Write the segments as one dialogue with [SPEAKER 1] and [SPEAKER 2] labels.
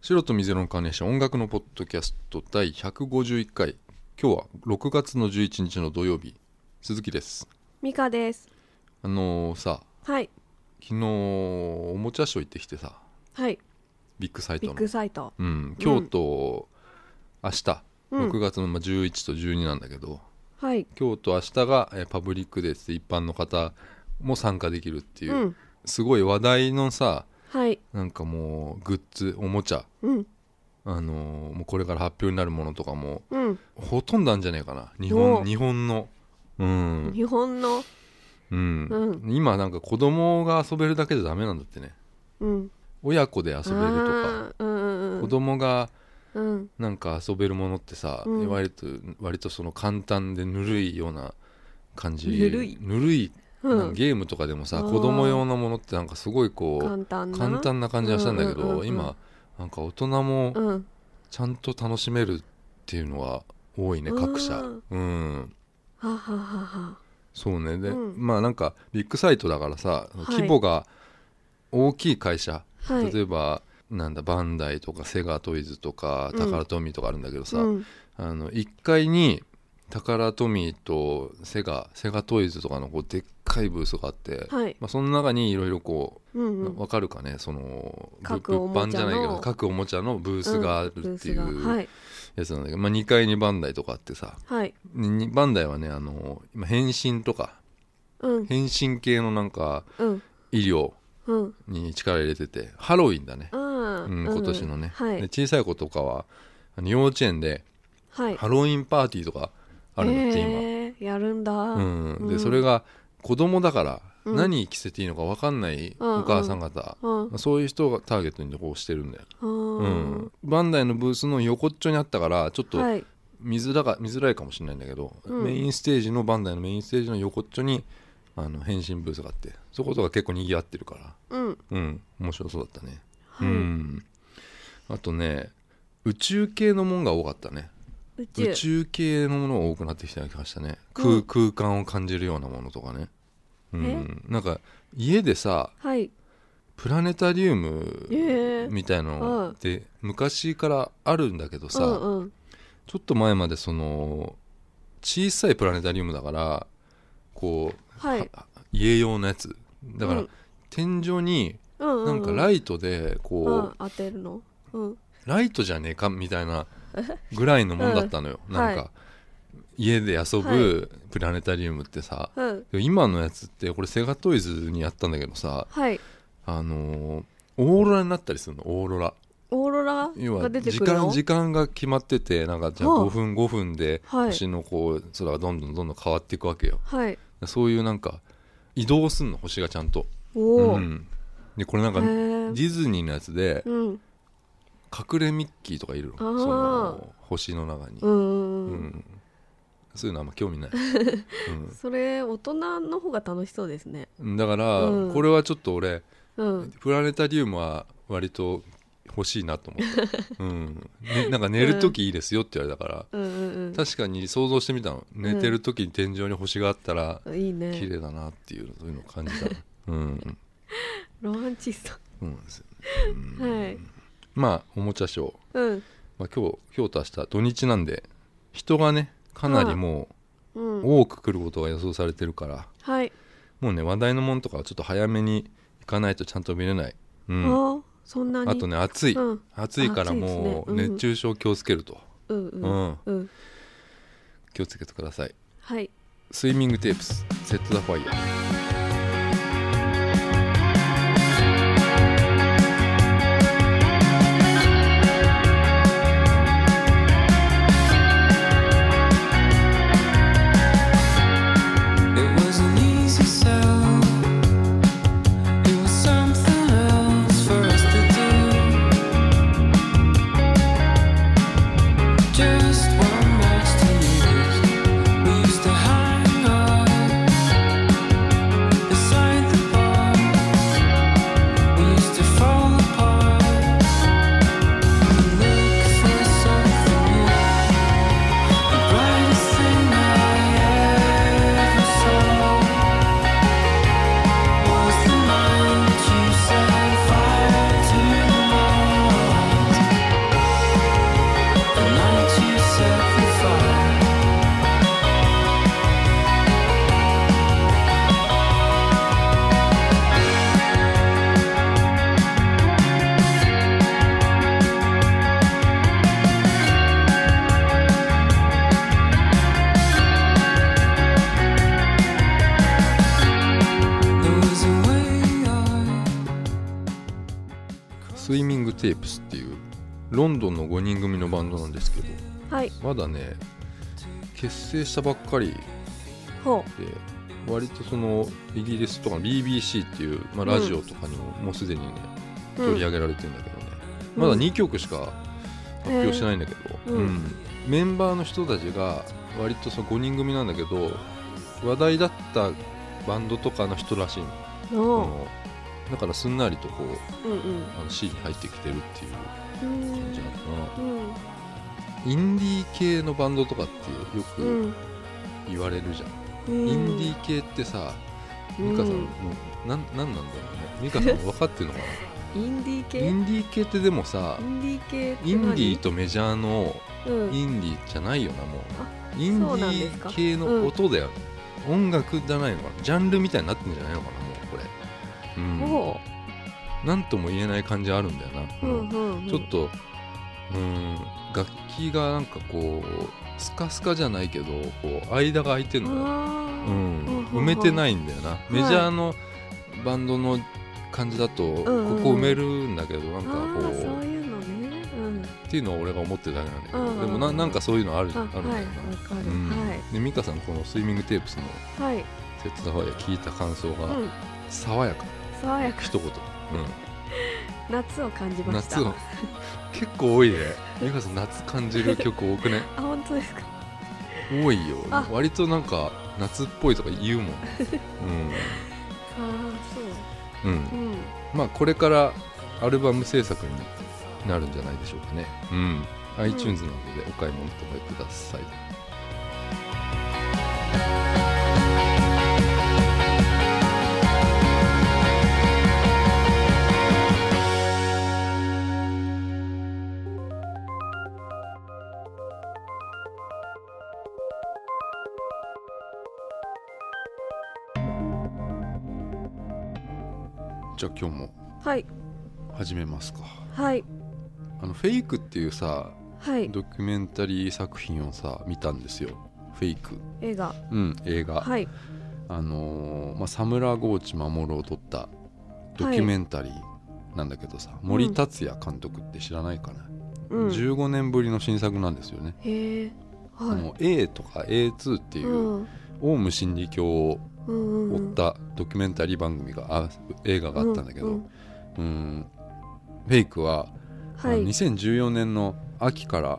[SPEAKER 1] 白と水色のカーネーション音楽のポッドキャスト第151回今日は6月の11日の土曜日鈴木です
[SPEAKER 2] ミカです。
[SPEAKER 1] あのーさ
[SPEAKER 2] はい。
[SPEAKER 1] 昨日おもちゃショー行ってきてさ
[SPEAKER 2] はい。
[SPEAKER 1] ビッグサイ
[SPEAKER 2] ビ
[SPEAKER 1] ト
[SPEAKER 2] ッ
[SPEAKER 1] の
[SPEAKER 2] グ、サイト。
[SPEAKER 1] うん、今日と明日、
[SPEAKER 2] うん
[SPEAKER 1] 6月のまあ11と12なんだけど
[SPEAKER 2] はい。
[SPEAKER 1] 今日と明日がえーパブリックデーって一般の方も参加できるっていう、
[SPEAKER 2] うん。
[SPEAKER 1] すごい話題のさ
[SPEAKER 2] はい。
[SPEAKER 1] なんかもうグッズおもちゃ
[SPEAKER 2] うん。
[SPEAKER 1] あのーもうこれから発表になるものとかも
[SPEAKER 2] うん。
[SPEAKER 1] ほとんどあるんじゃないかな日
[SPEAKER 2] お
[SPEAKER 1] 本
[SPEAKER 2] う
[SPEAKER 1] 日本のうん、
[SPEAKER 2] 日本の。
[SPEAKER 1] うん
[SPEAKER 2] う
[SPEAKER 1] 今なんか子供が遊べるだけじゃダメなんだってね
[SPEAKER 2] うん。
[SPEAKER 1] 親子で遊べるとか
[SPEAKER 2] あー。うんうん
[SPEAKER 1] 子供が
[SPEAKER 2] うん。うん。
[SPEAKER 1] なんか遊べるものってさ、
[SPEAKER 2] うん
[SPEAKER 1] 割と割とその簡単でぬるいような感じ
[SPEAKER 2] ぬるい
[SPEAKER 1] ぬるい
[SPEAKER 2] うん
[SPEAKER 1] なんかゲームとかでもさ、
[SPEAKER 2] あー
[SPEAKER 1] 子供用のものってなんかすごいこ
[SPEAKER 2] 簡単
[SPEAKER 1] う
[SPEAKER 2] な。
[SPEAKER 1] 簡。単な感じがしたんだけど、
[SPEAKER 2] うんうんうんうん
[SPEAKER 1] 今なんか大人も
[SPEAKER 2] うん。
[SPEAKER 1] ちゃんと楽しめるっていうのは多いね、
[SPEAKER 2] うん
[SPEAKER 1] 各社うん
[SPEAKER 2] はははは。
[SPEAKER 1] そうねで、
[SPEAKER 2] うん
[SPEAKER 1] まあなんかビッグサイトだからさ、
[SPEAKER 2] い
[SPEAKER 1] 規模が大きい会社、
[SPEAKER 2] はい。
[SPEAKER 1] 例えばなんだバンダイとかセガトイズとか
[SPEAKER 2] うん
[SPEAKER 1] タカラトミーとかあるんだけどさ、
[SPEAKER 2] うん。
[SPEAKER 1] あの1階にタカラトミーとセガセガトイズとかのこうでっかいブースがあって、
[SPEAKER 2] はい。
[SPEAKER 1] まあ、その中にいろいろこ
[SPEAKER 2] うん
[SPEAKER 1] う、
[SPEAKER 2] うん。
[SPEAKER 1] わかるかねそのぶ
[SPEAKER 2] 各
[SPEAKER 1] 物
[SPEAKER 2] おも
[SPEAKER 1] 販
[SPEAKER 2] ち
[SPEAKER 1] じ
[SPEAKER 2] ゃ
[SPEAKER 1] ゃ
[SPEAKER 2] の
[SPEAKER 1] ないけど各おもちゃのブースがあ
[SPEAKER 2] ブ
[SPEAKER 1] るっ
[SPEAKER 2] ー
[SPEAKER 1] て
[SPEAKER 2] ス
[SPEAKER 1] い
[SPEAKER 2] がは
[SPEAKER 1] う
[SPEAKER 2] い。
[SPEAKER 1] やつなんだけど、まあ、2階にバンダイとかあってさ
[SPEAKER 2] はい。
[SPEAKER 1] ににバンダイはねあの今変身とか
[SPEAKER 2] うん。
[SPEAKER 1] 変身系のなんか
[SPEAKER 2] うん。
[SPEAKER 1] 医療
[SPEAKER 2] うん。
[SPEAKER 1] に力入れててハロウィンだね、
[SPEAKER 2] あ
[SPEAKER 1] う
[SPEAKER 2] ー
[SPEAKER 1] ん、今年のね、
[SPEAKER 2] は
[SPEAKER 1] で
[SPEAKER 2] い。
[SPEAKER 1] 小さい子とかはあの幼稚園で
[SPEAKER 2] はい。
[SPEAKER 1] ハロウィンパーティーとかあるんだって、今。
[SPEAKER 2] えーやるんだ。
[SPEAKER 1] うん、
[SPEAKER 2] う
[SPEAKER 1] で
[SPEAKER 2] ん
[SPEAKER 1] それが子供だから
[SPEAKER 2] うん
[SPEAKER 1] 何着せていいのか分かんない
[SPEAKER 2] うん
[SPEAKER 1] お母さん方、
[SPEAKER 2] うん。
[SPEAKER 1] まあそういう人がターゲットにこうしてるんだよ、
[SPEAKER 2] う
[SPEAKER 1] うん
[SPEAKER 2] ん。
[SPEAKER 1] バンダイのブースの横っちょにあったからちょっと
[SPEAKER 2] はい。
[SPEAKER 1] 見づらが見づらいかもしれないんだけど、
[SPEAKER 2] うん
[SPEAKER 1] メインステージのバンダイのメインステージの横っちょにあの変身ブースがあってそことか結構にぎわってるから
[SPEAKER 2] うん。
[SPEAKER 1] うん面白そうだったね、
[SPEAKER 2] は
[SPEAKER 1] う
[SPEAKER 2] い。
[SPEAKER 1] んあとね宇宙系のもんが多かったね
[SPEAKER 2] 宇宙
[SPEAKER 1] 宇。宙系のものが多くなってきた気がしたね空,、
[SPEAKER 2] うん
[SPEAKER 1] 空間を感じるようなものとかねうんなんか家でさ
[SPEAKER 2] はい。
[SPEAKER 1] プラネタリウ
[SPEAKER 2] え
[SPEAKER 1] ム
[SPEAKER 2] え。
[SPEAKER 1] みたいのって昔からあるんだけどさ、
[SPEAKER 2] うんうん。
[SPEAKER 1] ちょっと前までその小さいプラネタリウムだからこう、
[SPEAKER 2] はい。
[SPEAKER 1] は家用のやつだから、
[SPEAKER 2] うん
[SPEAKER 1] 天井に
[SPEAKER 2] うんうう
[SPEAKER 1] なんかライトでこう、
[SPEAKER 2] うん、当てるの。うん。
[SPEAKER 1] ライトじゃねえかみたいなぐらいのもんだったのよ、
[SPEAKER 2] うん
[SPEAKER 1] なんか、
[SPEAKER 2] は
[SPEAKER 1] 家で遊ぶプラネタリウムってさ、
[SPEAKER 2] うん。
[SPEAKER 1] 今のやつってこれセガトイズにやったんだけどさ
[SPEAKER 2] はい。
[SPEAKER 1] あのーオーロラになったりするのオーロラ
[SPEAKER 2] オーロラ
[SPEAKER 1] 要
[SPEAKER 2] が
[SPEAKER 1] は
[SPEAKER 2] 出て
[SPEAKER 1] 時
[SPEAKER 2] くるの
[SPEAKER 1] 間時間が決まっててなんかじゃあ
[SPEAKER 2] はあ
[SPEAKER 1] 5分5分で
[SPEAKER 2] はい。
[SPEAKER 1] 星のこう空がどんどんどんどん変わっていくわけよ
[SPEAKER 2] はい。
[SPEAKER 1] そういうなんか移動すんの星がちゃんと、
[SPEAKER 2] おお。
[SPEAKER 1] うんでこれなん
[SPEAKER 2] へ
[SPEAKER 1] かデ
[SPEAKER 2] ー
[SPEAKER 1] ィズニーのやつで
[SPEAKER 2] うん。
[SPEAKER 1] 隠れミッキーとかいるの
[SPEAKER 2] あー
[SPEAKER 1] その星の中に
[SPEAKER 2] う、ん
[SPEAKER 1] う
[SPEAKER 2] うんうん。
[SPEAKER 1] んそういうのあんま興味 ない、
[SPEAKER 2] それ、大人の方が楽しそうですね。
[SPEAKER 1] うん、だから、
[SPEAKER 2] うん
[SPEAKER 1] これはちょっと俺
[SPEAKER 2] うん。
[SPEAKER 1] プラネタリウムは割と欲しいなと思 った、うんね、なんか寝る時いいですよって言われたから、
[SPEAKER 2] うんうん
[SPEAKER 1] 確かに想像してみたの寝てる時に天井に星があったら
[SPEAKER 2] うん。い
[SPEAKER 1] 綺
[SPEAKER 2] いね。
[SPEAKER 1] 麗だなっていうそういうのを感じ たのうん
[SPEAKER 2] ロマンチス
[SPEAKER 1] そうなんですよ
[SPEAKER 2] ト。はい。
[SPEAKER 1] まあおもちゃショー、
[SPEAKER 2] うん。
[SPEAKER 1] まあ、今日今日と明日土日なんで人がねかなりも
[SPEAKER 2] う。
[SPEAKER 1] うん多く来ることが予想されてるから
[SPEAKER 2] はい。
[SPEAKER 1] もうね話題のものとかはちょっと早めに行かないとちゃんと見れない、う
[SPEAKER 2] あ
[SPEAKER 1] ん、
[SPEAKER 2] ーそんなに。
[SPEAKER 1] あとね暑い、
[SPEAKER 2] うん。
[SPEAKER 1] 暑いからもう
[SPEAKER 2] 暑いですねうん
[SPEAKER 1] 熱中症気をつけると、
[SPEAKER 2] うんうん。
[SPEAKER 1] うん
[SPEAKER 2] うん。
[SPEAKER 1] 気をつけてください
[SPEAKER 2] はい。
[SPEAKER 1] スイミングテープスセット・ザ・ファイヤーテープスっていうロンドンの5人組のバンドなんですけど
[SPEAKER 2] はい
[SPEAKER 1] まだね結成したばっかり
[SPEAKER 2] ほう
[SPEAKER 1] で割とそのイギリスとか BBC っていう、まあ、ラジオとかにももうすでにね
[SPEAKER 2] うん
[SPEAKER 1] 取り上げられてるんだけどね、
[SPEAKER 2] うん
[SPEAKER 1] まだ2曲しか発表してないんだけど、
[SPEAKER 2] へー
[SPEAKER 1] う
[SPEAKER 2] うん
[SPEAKER 1] んメンバーの人たちが割とその5人組なんだけど話題だったバンドとかの人らしいのあ
[SPEAKER 2] おう
[SPEAKER 1] のだからすんなりとこう
[SPEAKER 2] うんうん
[SPEAKER 1] あの C に入ってきてるっていう
[SPEAKER 2] う
[SPEAKER 1] 感じなのか
[SPEAKER 2] ん
[SPEAKER 1] なインディー系のバンドとかってよ
[SPEAKER 2] う
[SPEAKER 1] く
[SPEAKER 2] ん
[SPEAKER 1] 言われるじゃん、
[SPEAKER 2] うん
[SPEAKER 1] インディー系ってさ美香さんのなんなんなんだろうね美香さん分かってる のか
[SPEAKER 2] インディー系
[SPEAKER 1] なインディー系ってでもさ
[SPEAKER 2] インディー系って
[SPEAKER 1] インディー
[SPEAKER 2] 何
[SPEAKER 1] とメジャーの
[SPEAKER 2] うん
[SPEAKER 1] インディーじゃないよなもうインデ
[SPEAKER 2] そうなんで
[SPEAKER 1] ィ
[SPEAKER 2] す
[SPEAKER 1] ー
[SPEAKER 2] か
[SPEAKER 1] 系の音だよ、音楽じゃないのかなジャンルみたいになってんじゃないのかなもうこれうん
[SPEAKER 2] ほ
[SPEAKER 1] なんとも言えない感じあるんだよな、
[SPEAKER 2] ううんうんうん
[SPEAKER 1] ちょっとうーん楽器がなんかこうスカスカじゃないけどこう間が空いてるのよ、う
[SPEAKER 2] あー
[SPEAKER 1] ん
[SPEAKER 2] うんうん
[SPEAKER 1] 埋めてないんだよな、
[SPEAKER 2] い
[SPEAKER 1] メジャーのバンドの感じだとここ
[SPEAKER 2] んうん
[SPEAKER 1] 埋めるんだけどなんかこ
[SPEAKER 2] あーそう
[SPEAKER 1] う
[SPEAKER 2] いうのねうん
[SPEAKER 1] っていうのは俺が思ってるだけなんだけ
[SPEAKER 2] うん
[SPEAKER 1] ど
[SPEAKER 2] うん
[SPEAKER 1] でもななんかそういうのあるあ
[SPEAKER 2] あ
[SPEAKER 1] るんだよな、
[SPEAKER 2] はいわかる、
[SPEAKER 1] うん
[SPEAKER 2] はい
[SPEAKER 1] で美香さんのこの「スイミングテープス」の
[SPEAKER 2] はい
[SPEAKER 1] 「鉄田ハワイ」聞いた感想が
[SPEAKER 2] うん
[SPEAKER 1] 爽やか、
[SPEAKER 2] 爽やか
[SPEAKER 1] 一言、
[SPEAKER 2] 夏を感じ
[SPEAKER 1] うん、
[SPEAKER 2] ました
[SPEAKER 1] 夏を結構多いね美香さん夏感じる曲多くね
[SPEAKER 2] あ本当ですか
[SPEAKER 1] 多いよ
[SPEAKER 2] あ
[SPEAKER 1] 割となんか夏っぽいとか言うもん、
[SPEAKER 2] ああそう
[SPEAKER 1] うんう、
[SPEAKER 2] うんん
[SPEAKER 1] まあこれからアルバム制作になるんじゃないでしょうかね、うん、iTunes などでお買い物とかください、じゃあ今日も
[SPEAKER 2] はい
[SPEAKER 1] 始めますか
[SPEAKER 2] はい
[SPEAKER 1] あの「フェイク」っていうさ
[SPEAKER 2] はい
[SPEAKER 1] ドキュメンタリー作品をさ見たんですよ「フェイク
[SPEAKER 2] 映画」
[SPEAKER 1] うん映画、
[SPEAKER 2] はい
[SPEAKER 1] あのーまあ、サムラ・ゴーチ守を撮ったドキュメンタリーなんだけどさ、森達也監督って知らないかな、
[SPEAKER 2] うんへ
[SPEAKER 1] 15年ぶりの新作なんですよね、
[SPEAKER 2] え
[SPEAKER 1] あ
[SPEAKER 2] は
[SPEAKER 1] の A とか A2 って
[SPEAKER 2] い
[SPEAKER 1] いうう、
[SPEAKER 2] ん
[SPEAKER 1] オウム真理教を
[SPEAKER 2] うんうん
[SPEAKER 1] 追ったドキュメンタリー番組が、あ映画があったんだけど、う
[SPEAKER 2] うんん
[SPEAKER 1] フェイクは、
[SPEAKER 2] は
[SPEAKER 1] あの
[SPEAKER 2] い
[SPEAKER 1] 2014年の秋から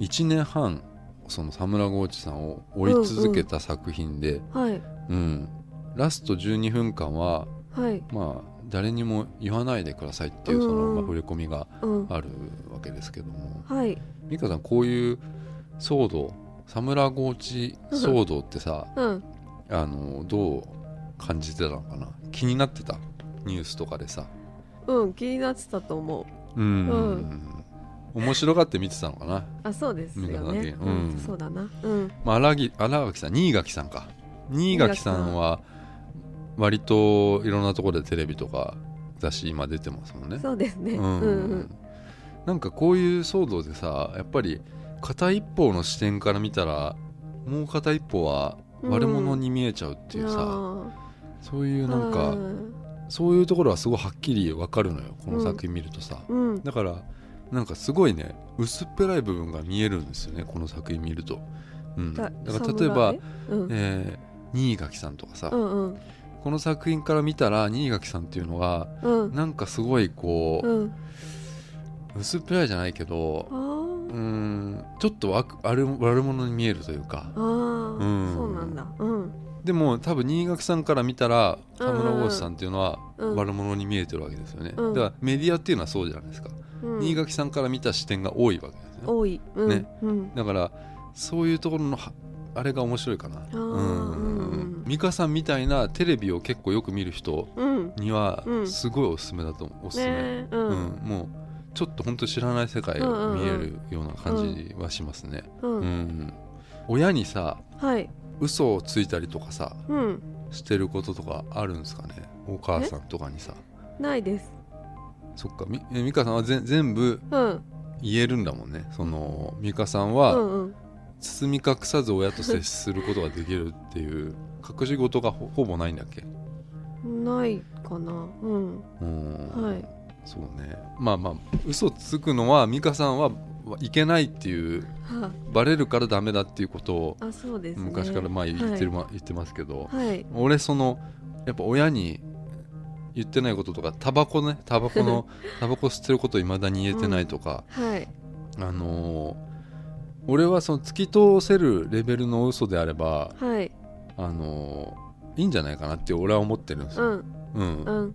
[SPEAKER 1] 1年半そのサムラ・ゴーチさんを追い続けた作品で、
[SPEAKER 2] はい
[SPEAKER 1] うん、ラスト12分間は
[SPEAKER 2] はい
[SPEAKER 1] まあ誰にも言わないでくださいっていう
[SPEAKER 2] うん
[SPEAKER 1] その、まあ、触れ込みが
[SPEAKER 2] うん
[SPEAKER 1] あるわけですけども
[SPEAKER 2] はい
[SPEAKER 1] 美香さんこういう騒動サムラゴーチ騒動ってさ
[SPEAKER 2] うん
[SPEAKER 1] あのどう感じてたのかな気になってたニュースとかでさ
[SPEAKER 2] うん気になってたと思う
[SPEAKER 1] うん、
[SPEAKER 2] う
[SPEAKER 1] 面白がって見てたのかな、
[SPEAKER 2] あそうですよ
[SPEAKER 1] 見
[SPEAKER 2] ね
[SPEAKER 1] ただけうん
[SPEAKER 2] うんそうだなうん
[SPEAKER 1] まあ、荒木荒垣さん新垣さんか新垣さんは割といろんなところでテレビとか雑誌今出てますもんね
[SPEAKER 2] そうですね
[SPEAKER 1] う
[SPEAKER 2] う
[SPEAKER 1] ん
[SPEAKER 2] んうん
[SPEAKER 1] なんかこういう騒動でさやっぱり片一方の視点から見たらもう片一方は悪者に見えちゃうっていうさ、
[SPEAKER 2] あ
[SPEAKER 1] そういう
[SPEAKER 2] ー
[SPEAKER 1] なんか、
[SPEAKER 2] うん
[SPEAKER 1] そういうところはすごいはっきりわかるのよこの作品見るとさ、
[SPEAKER 2] うん
[SPEAKER 1] だからなんかすごいね薄っぺらい部分が見えるんですよねこの作品見ると、うん、だから例えば、
[SPEAKER 2] 侍うん
[SPEAKER 1] えー新垣さんとかさ、
[SPEAKER 2] うんうん
[SPEAKER 1] この作品から見たら新垣さんっていうのが
[SPEAKER 2] うん
[SPEAKER 1] なんかすごいこう、
[SPEAKER 2] うん
[SPEAKER 1] 薄っぺらいじゃないけど
[SPEAKER 2] あー
[SPEAKER 1] うーんちょっと悪悪悪者に見えるというか
[SPEAKER 2] あーそうなんだうん
[SPEAKER 1] でも多分新垣さんから見たら
[SPEAKER 2] うん
[SPEAKER 1] 田
[SPEAKER 2] うんうん
[SPEAKER 1] 村剛志さんっていうのは
[SPEAKER 2] うん
[SPEAKER 1] 悪者に見えてるわけですよね、
[SPEAKER 2] うん
[SPEAKER 1] だからメディアっていうのはそうじゃないですか、
[SPEAKER 2] うん
[SPEAKER 1] 新垣さんから見た視点が多いわけですよね
[SPEAKER 2] 多いうん
[SPEAKER 1] ね
[SPEAKER 2] うん
[SPEAKER 1] だからそういうところのはあれが面白いかな
[SPEAKER 2] ーうん
[SPEAKER 1] 美香さんみたいなテレビを結構よく見る人
[SPEAKER 2] うん
[SPEAKER 1] には
[SPEAKER 2] うん
[SPEAKER 1] すごいおすすめだと思うおすすめ、
[SPEAKER 2] ねう
[SPEAKER 1] うん
[SPEAKER 2] ん
[SPEAKER 1] もうちょっと本当知らない世界が見えるような感じはしますね、
[SPEAKER 2] うん
[SPEAKER 1] うん、親にさ
[SPEAKER 2] はい
[SPEAKER 1] 嘘をついたりとかさ
[SPEAKER 2] うん
[SPEAKER 1] してることとかあるんですかねお母さんとかにさ
[SPEAKER 2] ないです
[SPEAKER 1] そっかみえ美香さんはぜ全部
[SPEAKER 2] うん
[SPEAKER 1] 言えるんだもんねその美香さん
[SPEAKER 2] う
[SPEAKER 1] は
[SPEAKER 2] んうん
[SPEAKER 1] 包み隠さず親と接することができるっていう隠し事がほほぼないんだっけ
[SPEAKER 2] ないかなうん
[SPEAKER 1] うん、
[SPEAKER 2] はい
[SPEAKER 1] そうねまあまあ嘘つくのは美香さんはいけないっていう
[SPEAKER 2] は
[SPEAKER 1] バレるからダメだっていうことを
[SPEAKER 2] あ、あそうです、ね、
[SPEAKER 1] 昔からまあ言ってる、ま言ってますけど、
[SPEAKER 2] はい、はい、
[SPEAKER 1] 俺そのやっぱ親に言ってないこととかタバコねタバコ のタバコ吸ってることいまだに言えてないとか、
[SPEAKER 2] はい、
[SPEAKER 1] あのー俺はその突き通せるレベルの嘘であれば、
[SPEAKER 2] はい、
[SPEAKER 1] あのーいいんじゃないかなって俺は思ってるんです
[SPEAKER 2] う
[SPEAKER 1] よ、
[SPEAKER 2] ん、
[SPEAKER 1] うん
[SPEAKER 2] うん、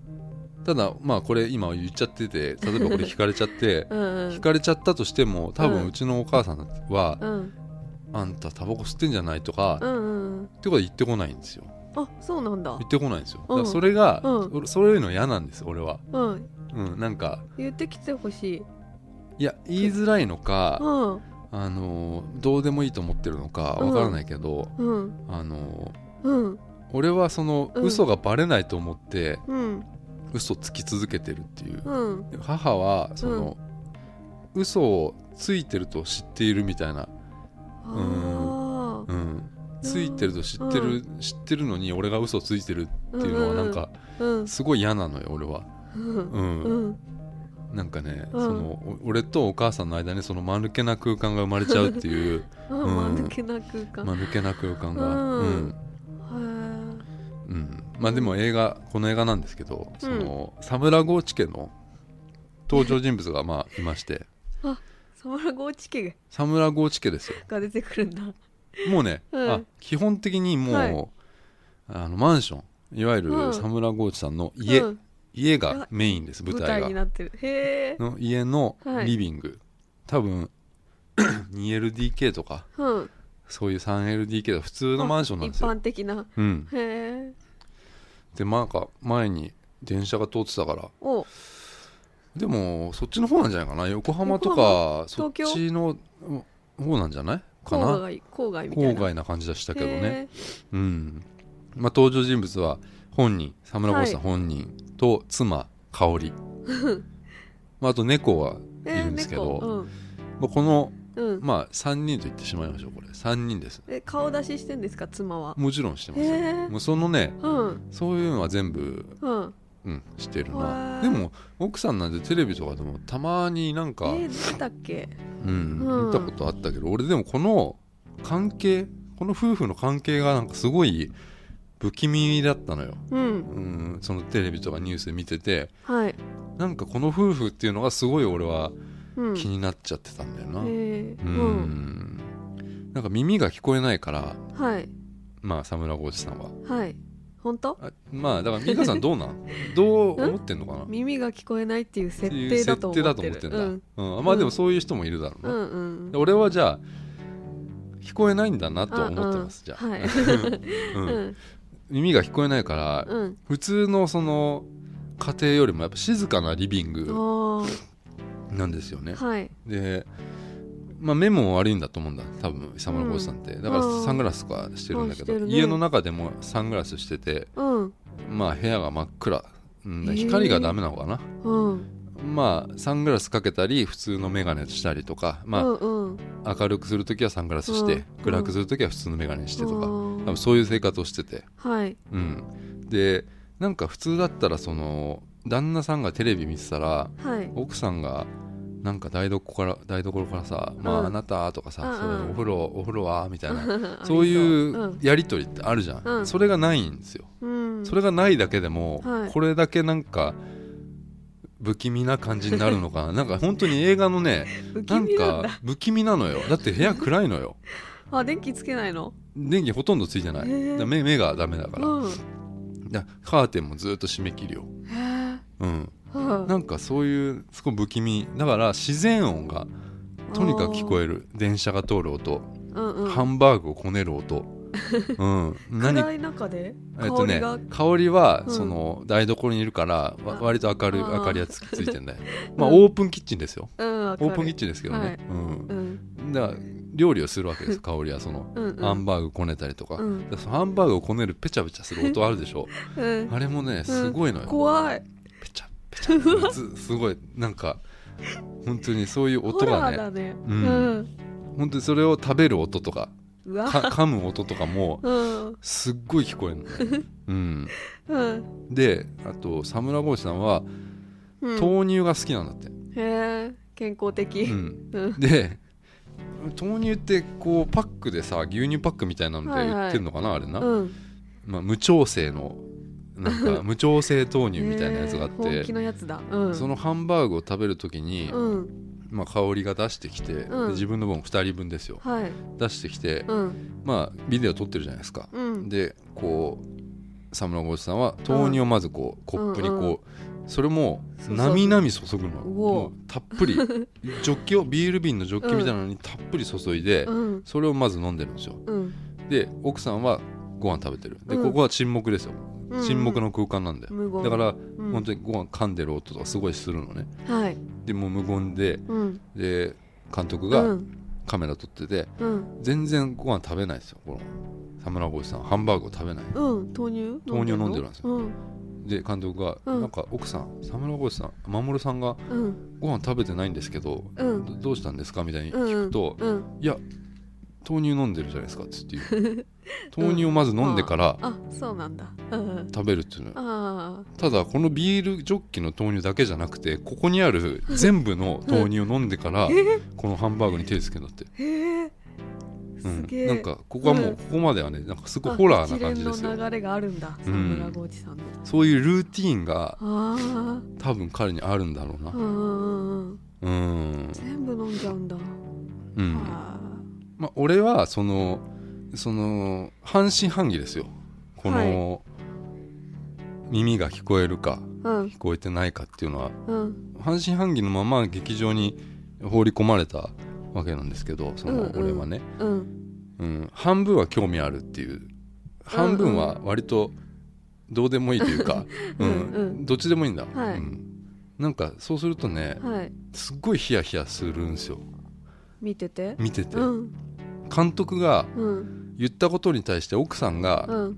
[SPEAKER 1] ただまあこれ今言っちゃってて例えばこれ聞かれちゃって
[SPEAKER 2] うん、 うん、
[SPEAKER 1] 聞かれちゃったとしても多
[SPEAKER 2] う
[SPEAKER 1] 分
[SPEAKER 2] ん
[SPEAKER 1] うちのお母さんは
[SPEAKER 2] うん、
[SPEAKER 1] 「あんたタバコ吸ってんじゃない?」とか、
[SPEAKER 2] う
[SPEAKER 1] っ
[SPEAKER 2] ん、うん、
[SPEAKER 1] てことは言ってこないんですよ
[SPEAKER 2] あ、そうなんだ
[SPEAKER 1] 言。ってこないんですよ、
[SPEAKER 2] うん
[SPEAKER 1] だからそれが、
[SPEAKER 2] うん
[SPEAKER 1] 俺そういうの嫌なんです俺は、
[SPEAKER 2] うん、
[SPEAKER 1] うん、なんか
[SPEAKER 2] 言ってきてほしい。
[SPEAKER 1] いや言いづらいの
[SPEAKER 2] う
[SPEAKER 1] か、
[SPEAKER 2] ん、
[SPEAKER 1] あのーどうでもいいと思ってるのかわからないけど、
[SPEAKER 2] うん、
[SPEAKER 1] あのー
[SPEAKER 2] うん、
[SPEAKER 1] 俺はその
[SPEAKER 2] うん
[SPEAKER 1] 嘘がバレないと思って
[SPEAKER 2] うん、
[SPEAKER 1] 嘘つき続けてるっていう、
[SPEAKER 2] うん、
[SPEAKER 1] 母はその、嘘をついてると知っているみたいな、
[SPEAKER 2] ああ、
[SPEAKER 1] うん、ついてると知ってる、知ってるのに俺が嘘ついてるっていうのはなんか
[SPEAKER 2] うん、
[SPEAKER 1] すごい嫌なのよ俺は、
[SPEAKER 2] うん、
[SPEAKER 1] うん
[SPEAKER 2] うん、
[SPEAKER 1] なんかね、
[SPEAKER 2] うん
[SPEAKER 1] そのお俺とお母さんの間にその間抜けな空間が生まれちゃうっていう
[SPEAKER 2] あ、間抜けな空間。
[SPEAKER 1] 間抜けな空間が、
[SPEAKER 2] う
[SPEAKER 1] うんん
[SPEAKER 2] は
[SPEAKER 1] うんまあでも映画この映画なんですけど、
[SPEAKER 2] うん
[SPEAKER 1] そのサムラゴーチ家の登場人物がまあいまして
[SPEAKER 2] い、サマラゴーチ家
[SPEAKER 1] サムラゴーチ家ですよ
[SPEAKER 2] が出てくるんだ。
[SPEAKER 1] もうね、
[SPEAKER 2] うん
[SPEAKER 1] あ基本的にもう、
[SPEAKER 2] はい
[SPEAKER 1] あのマンションいわゆ
[SPEAKER 2] うん
[SPEAKER 1] るサムラゴーチさんの家、
[SPEAKER 2] うん
[SPEAKER 1] 家がメインです舞台
[SPEAKER 2] に
[SPEAKER 1] が
[SPEAKER 2] なってる。へえ。
[SPEAKER 1] の家の
[SPEAKER 2] はい
[SPEAKER 1] リビング、多分 2LDK とか
[SPEAKER 2] うん。
[SPEAKER 1] そういう 3LDK が普通のマンションなんです
[SPEAKER 2] 一
[SPEAKER 1] よ。
[SPEAKER 2] 般的な。
[SPEAKER 1] うん、
[SPEAKER 2] へえ。
[SPEAKER 1] でまあなんか前に電車が通ってたから
[SPEAKER 2] お、
[SPEAKER 1] でもそっちの方なんじゃないかな横浜と
[SPEAKER 2] 横
[SPEAKER 1] かそっちの方なんじゃないか
[SPEAKER 2] 郊
[SPEAKER 1] な
[SPEAKER 2] 外、郊外みたい
[SPEAKER 1] 郊
[SPEAKER 2] な。
[SPEAKER 1] 外な感じでしたけどね、。うんまあ、登場人物は本人沢村浩二さん本人と妻香 織、まあ、あと猫はいるんですけど、
[SPEAKER 2] 猫
[SPEAKER 1] まあ、この、
[SPEAKER 2] うん。うん。
[SPEAKER 1] まあ、3人と言ってしまいましょうこれ3人です
[SPEAKER 2] え、顔出ししてんですか、妻は。
[SPEAKER 1] もちろんしてます
[SPEAKER 2] へ
[SPEAKER 1] よ
[SPEAKER 2] え
[SPEAKER 1] もうそのね
[SPEAKER 2] うん。
[SPEAKER 1] そういうのは全部
[SPEAKER 2] うん。
[SPEAKER 1] うん、してる
[SPEAKER 2] わ
[SPEAKER 1] な
[SPEAKER 2] ー
[SPEAKER 1] でも奥さんなんてテレビとかでもたまになん
[SPEAKER 2] え
[SPEAKER 1] か、
[SPEAKER 2] ー、出たっけ。
[SPEAKER 1] うん
[SPEAKER 2] うん
[SPEAKER 1] 見たことあったけど俺でもこの関係この夫婦の関係がなんかすごい不気味だったのよ、
[SPEAKER 2] うん。
[SPEAKER 1] うん、そのテレビとかニュースで見てて
[SPEAKER 2] はい。
[SPEAKER 1] なんかこの夫婦っていうのがすごい俺は
[SPEAKER 2] うん。
[SPEAKER 1] 気になっちゃってたんだよな、
[SPEAKER 2] へえ。
[SPEAKER 1] う
[SPEAKER 2] うんん。
[SPEAKER 1] なんか耳が聞こえないから
[SPEAKER 2] はい。
[SPEAKER 1] まあ沢村浩二さんは
[SPEAKER 2] はい。本当。
[SPEAKER 1] あまあだから美香さんどう なんどう思ってんのかな
[SPEAKER 2] 耳が聞こえないっていう設
[SPEAKER 1] っていう
[SPEAKER 2] 定だ
[SPEAKER 1] 設
[SPEAKER 2] と
[SPEAKER 1] 定
[SPEAKER 2] 思
[SPEAKER 1] だ
[SPEAKER 2] っ
[SPEAKER 1] と
[SPEAKER 2] て
[SPEAKER 1] 思って
[SPEAKER 2] る。
[SPEAKER 1] ん
[SPEAKER 2] う
[SPEAKER 1] だ、
[SPEAKER 2] ん。
[SPEAKER 1] うんまあでもそういう人もいるだろう
[SPEAKER 2] う
[SPEAKER 1] な、
[SPEAKER 2] んうん。
[SPEAKER 1] で俺はじゃあ聞こえないんだなと思ってます、
[SPEAKER 2] うん
[SPEAKER 1] じゃあ、
[SPEAKER 2] はい
[SPEAKER 1] う
[SPEAKER 2] うんん。
[SPEAKER 1] 耳が聞こえないから、
[SPEAKER 2] うん。
[SPEAKER 1] 普通のその家庭よりもやっぱ静かなリビング
[SPEAKER 2] あ
[SPEAKER 1] なんですよね
[SPEAKER 2] あ。はい。
[SPEAKER 1] で、まあ、目も悪いんだと思うんだ多分久村浩司さんって、だから
[SPEAKER 2] うん
[SPEAKER 1] サングラスとかしてるんだけど、
[SPEAKER 2] うんしてるね
[SPEAKER 1] 家の中でもサングラスしてて
[SPEAKER 2] うん。
[SPEAKER 1] まあ部屋が真っ暗、うん
[SPEAKER 2] へえ
[SPEAKER 1] 光がダメなのかな、
[SPEAKER 2] うん。
[SPEAKER 1] まあサングラスかけたり普通の眼鏡したりとか、まあ、
[SPEAKER 2] うんうん。
[SPEAKER 1] 明るくするときはサングラスして、
[SPEAKER 2] うん
[SPEAKER 1] 暗くするときは普通の眼鏡してとか、
[SPEAKER 2] う
[SPEAKER 1] 多
[SPEAKER 2] ん
[SPEAKER 1] 分そういう生活をしてて、
[SPEAKER 2] はい。
[SPEAKER 1] うん、でなんか普通だったらその旦那さんがテレビ見てたら
[SPEAKER 2] はい。
[SPEAKER 1] 奥さんがなんか台所から台所からさ「まあ、
[SPEAKER 2] うん
[SPEAKER 1] あなた」とかさ、
[SPEAKER 2] うんうん
[SPEAKER 1] そういうお風呂お風呂は」みたいな、
[SPEAKER 2] あ り
[SPEAKER 1] そうい
[SPEAKER 2] そう
[SPEAKER 1] うやり取りってあるじゃん、
[SPEAKER 2] うん
[SPEAKER 1] それがないんですよ、
[SPEAKER 2] うん。うん
[SPEAKER 1] それがないだけでも、
[SPEAKER 2] はい
[SPEAKER 1] これだけなんか不気味な感じになるのかな なんか本当に映画のね
[SPEAKER 2] 不気
[SPEAKER 1] なん
[SPEAKER 2] 味なんだ。
[SPEAKER 1] か不気味なのよだって部屋暗いのよ
[SPEAKER 2] あ、電気つけないの。
[SPEAKER 1] 電気ほとんどついてない
[SPEAKER 2] へー
[SPEAKER 1] だから目目がダメだから,、
[SPEAKER 2] うん。へ
[SPEAKER 1] だからカーテンもずっと締め切るよ、
[SPEAKER 2] え。
[SPEAKER 1] うん、
[SPEAKER 2] うん
[SPEAKER 1] なんかそういうすごい不気味だから自然音がとにかく聞こえる電車が通る音、
[SPEAKER 2] うんうん。
[SPEAKER 1] ハンバーグをこねる 音、うん、
[SPEAKER 2] 暗い中で
[SPEAKER 1] え
[SPEAKER 2] 香
[SPEAKER 1] っと
[SPEAKER 2] り
[SPEAKER 1] ね
[SPEAKER 2] が、
[SPEAKER 1] 香りは
[SPEAKER 2] うん
[SPEAKER 1] その台所にいるから、わ
[SPEAKER 2] あ
[SPEAKER 1] 割と明るい
[SPEAKER 2] あー
[SPEAKER 1] 明かりがつきついてんだ よ、まあ
[SPEAKER 2] うん
[SPEAKER 1] オープンキッチンですよ
[SPEAKER 2] うん、
[SPEAKER 1] オープンキッ
[SPEAKER 2] チ
[SPEAKER 1] チンですけどね、
[SPEAKER 2] はいうん
[SPEAKER 1] うん、だから料理をするわけです香りはその
[SPEAKER 2] うんうん
[SPEAKER 1] ハンバーグこねたりとか,、
[SPEAKER 2] うん
[SPEAKER 1] そのハンバーグをこねるペチャペチャする音あるでしょ
[SPEAKER 2] うん
[SPEAKER 1] あれもねすごいのよ、
[SPEAKER 2] 怖い
[SPEAKER 1] ペチャペ チャずすごいなんか本当にそういう音
[SPEAKER 2] ホラ
[SPEAKER 1] が
[SPEAKER 2] ー
[SPEAKER 1] ね
[SPEAKER 2] だね
[SPEAKER 1] う
[SPEAKER 2] うんん
[SPEAKER 1] 本当にそれを食べる音とか
[SPEAKER 2] うわ
[SPEAKER 1] か噛む音とかも
[SPEAKER 2] うん
[SPEAKER 1] すっごい 聞こえるのね、うん、
[SPEAKER 2] うん
[SPEAKER 1] であとサムラゴーシさんは
[SPEAKER 2] うん、
[SPEAKER 1] 豆乳が好きなんだって、
[SPEAKER 2] へえ健康的、
[SPEAKER 1] うん、
[SPEAKER 2] うん
[SPEAKER 1] で豆乳ってこうパックでさ牛乳パックみたいなので売ってるのかな、あれな、
[SPEAKER 2] うん、
[SPEAKER 1] まあ、無調整のなん か無調整豆乳みたいなやつがあっ
[SPEAKER 2] へえ本
[SPEAKER 1] て
[SPEAKER 2] 気、のやつだ、うん、
[SPEAKER 1] そのハンバーグを食べる時に、
[SPEAKER 2] うん
[SPEAKER 1] まあ、香りが出してきて、
[SPEAKER 2] うん
[SPEAKER 1] で自分の分2人分ですよ
[SPEAKER 2] はい
[SPEAKER 1] 出してきて、
[SPEAKER 2] うん
[SPEAKER 1] まあビデオ撮ってるじゃないですか、
[SPEAKER 2] うん
[SPEAKER 1] でこうサムラゴチさんは豆乳をまずこう、コップにこう、
[SPEAKER 2] うんう
[SPEAKER 1] それも
[SPEAKER 2] そうそう
[SPEAKER 1] なみなみ注ぐの
[SPEAKER 2] うお
[SPEAKER 1] もうたっぷ りジョッキをビール瓶のジョッキみたいなのにたっぷり注いで、
[SPEAKER 2] うん
[SPEAKER 1] それをまず飲んでるんですよ
[SPEAKER 2] うん
[SPEAKER 1] で奥さんはご飯食べてるで、
[SPEAKER 2] うん
[SPEAKER 1] ここは沈黙ですよ
[SPEAKER 2] うん
[SPEAKER 1] 沈黙の空間なんだよ、
[SPEAKER 2] 無言
[SPEAKER 1] だから、
[SPEAKER 2] うん
[SPEAKER 1] 本当にご飯噛んでる音とかすごいするのね
[SPEAKER 2] はい
[SPEAKER 1] でもう無言で
[SPEAKER 2] うん
[SPEAKER 1] で監督
[SPEAKER 2] う
[SPEAKER 1] が
[SPEAKER 2] ん
[SPEAKER 1] カメラ撮ってて、
[SPEAKER 2] うん
[SPEAKER 1] 全然ご飯食べないですよこのサムラゴチさんハンバーグを食べない
[SPEAKER 2] うん豆乳
[SPEAKER 1] 豆乳飲んでるん
[SPEAKER 2] の
[SPEAKER 1] ですよ
[SPEAKER 2] うん
[SPEAKER 1] で監督が、
[SPEAKER 2] うん
[SPEAKER 1] なんか奥さんサムラゴチさん守さんが
[SPEAKER 2] うん
[SPEAKER 1] ご飯食べてないんですけど、
[SPEAKER 2] うん
[SPEAKER 1] どどうしたんですかみたいに
[SPEAKER 2] うん
[SPEAKER 1] 聞くと、
[SPEAKER 2] うん
[SPEAKER 1] いや豆乳飲んでるじゃないですかっつって言 う豆乳をまず飲んでから
[SPEAKER 2] あそうなんだうん
[SPEAKER 1] 食べるっていうのよ
[SPEAKER 2] あ
[SPEAKER 1] ただこのビールジョッキの豆乳だけじゃなくてここにある全部の豆乳を飲んでから
[SPEAKER 2] あ え
[SPEAKER 1] このハンバーグに手つけるんだって、
[SPEAKER 2] へえ
[SPEAKER 1] う
[SPEAKER 2] す
[SPEAKER 1] ん
[SPEAKER 2] げえ、
[SPEAKER 1] なんかここはも
[SPEAKER 2] う
[SPEAKER 1] うんここまではねなんかすごいホラーな感じです
[SPEAKER 2] 一連
[SPEAKER 1] よ
[SPEAKER 2] の流れがあるんだ、
[SPEAKER 1] う
[SPEAKER 2] サ
[SPEAKER 1] ん
[SPEAKER 2] ムラゴーチさんの。
[SPEAKER 1] そういうルーティーンが
[SPEAKER 2] あ
[SPEAKER 1] 多分彼にあるんだろう
[SPEAKER 2] あ、
[SPEAKER 1] な
[SPEAKER 2] うんうんうん、
[SPEAKER 1] うん、
[SPEAKER 2] 全部飲んじゃうんだ。
[SPEAKER 1] うん
[SPEAKER 2] あ
[SPEAKER 1] まあ、俺はそのその半信半疑ですよこの、耳が聞こえるか
[SPEAKER 2] あ、うん
[SPEAKER 1] 聞こえてないかっていうのは
[SPEAKER 2] うん
[SPEAKER 1] 半信半疑のまま劇場に放り込まれたわけなんですけどそ
[SPEAKER 2] うん
[SPEAKER 1] の
[SPEAKER 2] うん
[SPEAKER 1] 俺はね、
[SPEAKER 2] うん
[SPEAKER 1] うん半分は興味あるっていう半分は割とどうでもいいという か、う
[SPEAKER 2] うんんうん
[SPEAKER 1] どっちでもいいんだ、
[SPEAKER 2] はい
[SPEAKER 1] うんなんかそうするとね
[SPEAKER 2] はい
[SPEAKER 1] すっごいヒヤヒヤするんですよ
[SPEAKER 2] 見てて。
[SPEAKER 1] 見てて、
[SPEAKER 2] うん
[SPEAKER 1] 監督が
[SPEAKER 2] うん
[SPEAKER 1] 言ったことに対して奥さんが
[SPEAKER 2] うん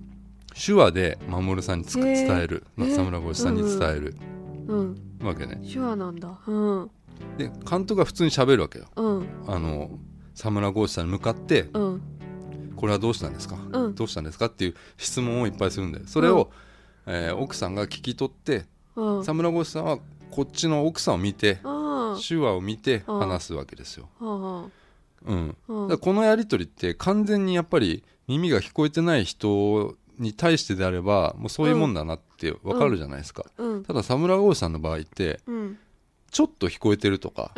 [SPEAKER 1] 手話で守さんにつく
[SPEAKER 2] へ
[SPEAKER 1] 伝
[SPEAKER 2] ー
[SPEAKER 1] える
[SPEAKER 2] へー
[SPEAKER 1] 中村浩一さんに伝える
[SPEAKER 2] うん
[SPEAKER 1] わけね
[SPEAKER 2] 手話なんだ。うん
[SPEAKER 1] で監督が普通に喋るわけよ
[SPEAKER 2] うん
[SPEAKER 1] あの沢村浩一さんに向かって
[SPEAKER 2] うん
[SPEAKER 1] 「これはどうしたんですか
[SPEAKER 2] うん
[SPEAKER 1] どうしたんですか?」っていう質問をいっぱいするんだよそれを、えー奥さんが聞き取って
[SPEAKER 2] うん。
[SPEAKER 1] 沢村浩一さんはこっちの奥さんを見て
[SPEAKER 2] あ
[SPEAKER 1] 手話を見て
[SPEAKER 2] うん
[SPEAKER 1] 話すわけですよ、
[SPEAKER 2] あ、は
[SPEAKER 1] うん、
[SPEAKER 2] あ、
[SPEAKER 1] だ
[SPEAKER 2] う
[SPEAKER 1] から
[SPEAKER 2] ん
[SPEAKER 1] このやり取りって完全にやっぱり耳が聞こえてない人に対してであればもうそういうもんだなってわかるじゃないですか、
[SPEAKER 2] うん
[SPEAKER 1] ただサムラゴーさんの場合って
[SPEAKER 2] うん
[SPEAKER 1] ちょっと聞こえてると か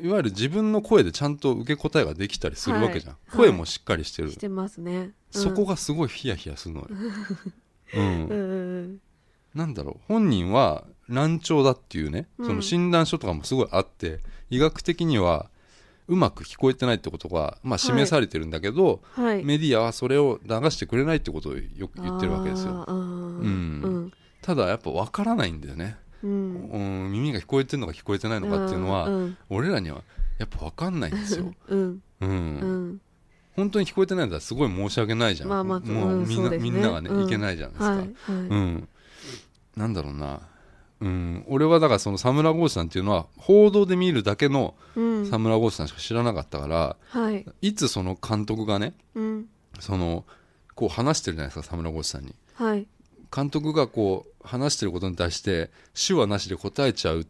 [SPEAKER 1] いわゆる自分の声でちゃんと受け答えができたりするわけじゃん、
[SPEAKER 2] はい
[SPEAKER 1] 声もしっかりしてる、
[SPEAKER 2] してますね。うん
[SPEAKER 1] そこがすごいヒヤヒヤするのよ、うん
[SPEAKER 2] うんうん
[SPEAKER 1] なんだろう本人は難聴だっていうね、
[SPEAKER 2] うん
[SPEAKER 1] その診断書とかもすごいあって医学的にはうまく聞こえてないってことが、まあ、示されてるんだけど、
[SPEAKER 2] はい。
[SPEAKER 1] メディアはそれを流してくれないってことをよく言ってるわけですよ
[SPEAKER 2] ああうん
[SPEAKER 1] うんただやっぱ分からないんだよね、
[SPEAKER 2] うんう。
[SPEAKER 1] うんん、耳が聞こえてるのか聞こえてないのかっていうのは、
[SPEAKER 2] うん、
[SPEAKER 1] 俺らにはやっぱ分かんないんですよ
[SPEAKER 2] うん
[SPEAKER 1] うん
[SPEAKER 2] うん
[SPEAKER 1] 本当に聞こえてないんだったらすごい申し訳ないじゃん、
[SPEAKER 2] まあまあ
[SPEAKER 1] もう
[SPEAKER 2] うん
[SPEAKER 1] みんな,、
[SPEAKER 2] そうです
[SPEAKER 1] み
[SPEAKER 2] ね
[SPEAKER 1] んながね、
[SPEAKER 2] うん
[SPEAKER 1] いけないじゃないですか、
[SPEAKER 2] はいはい。
[SPEAKER 1] うん、なんだろうな、うん、俺はだからそのサムラゴーチさんっていうのは報道で見るだけの
[SPEAKER 2] うん
[SPEAKER 1] サムラゴーチさんしか知らなかったから、
[SPEAKER 2] はい。
[SPEAKER 1] いつその監督がね
[SPEAKER 2] うん。
[SPEAKER 1] そのこう話してるじゃないですかサムラゴーチさんに
[SPEAKER 2] はい。
[SPEAKER 1] 監督がこう話してることに対して手話なしで答えちゃう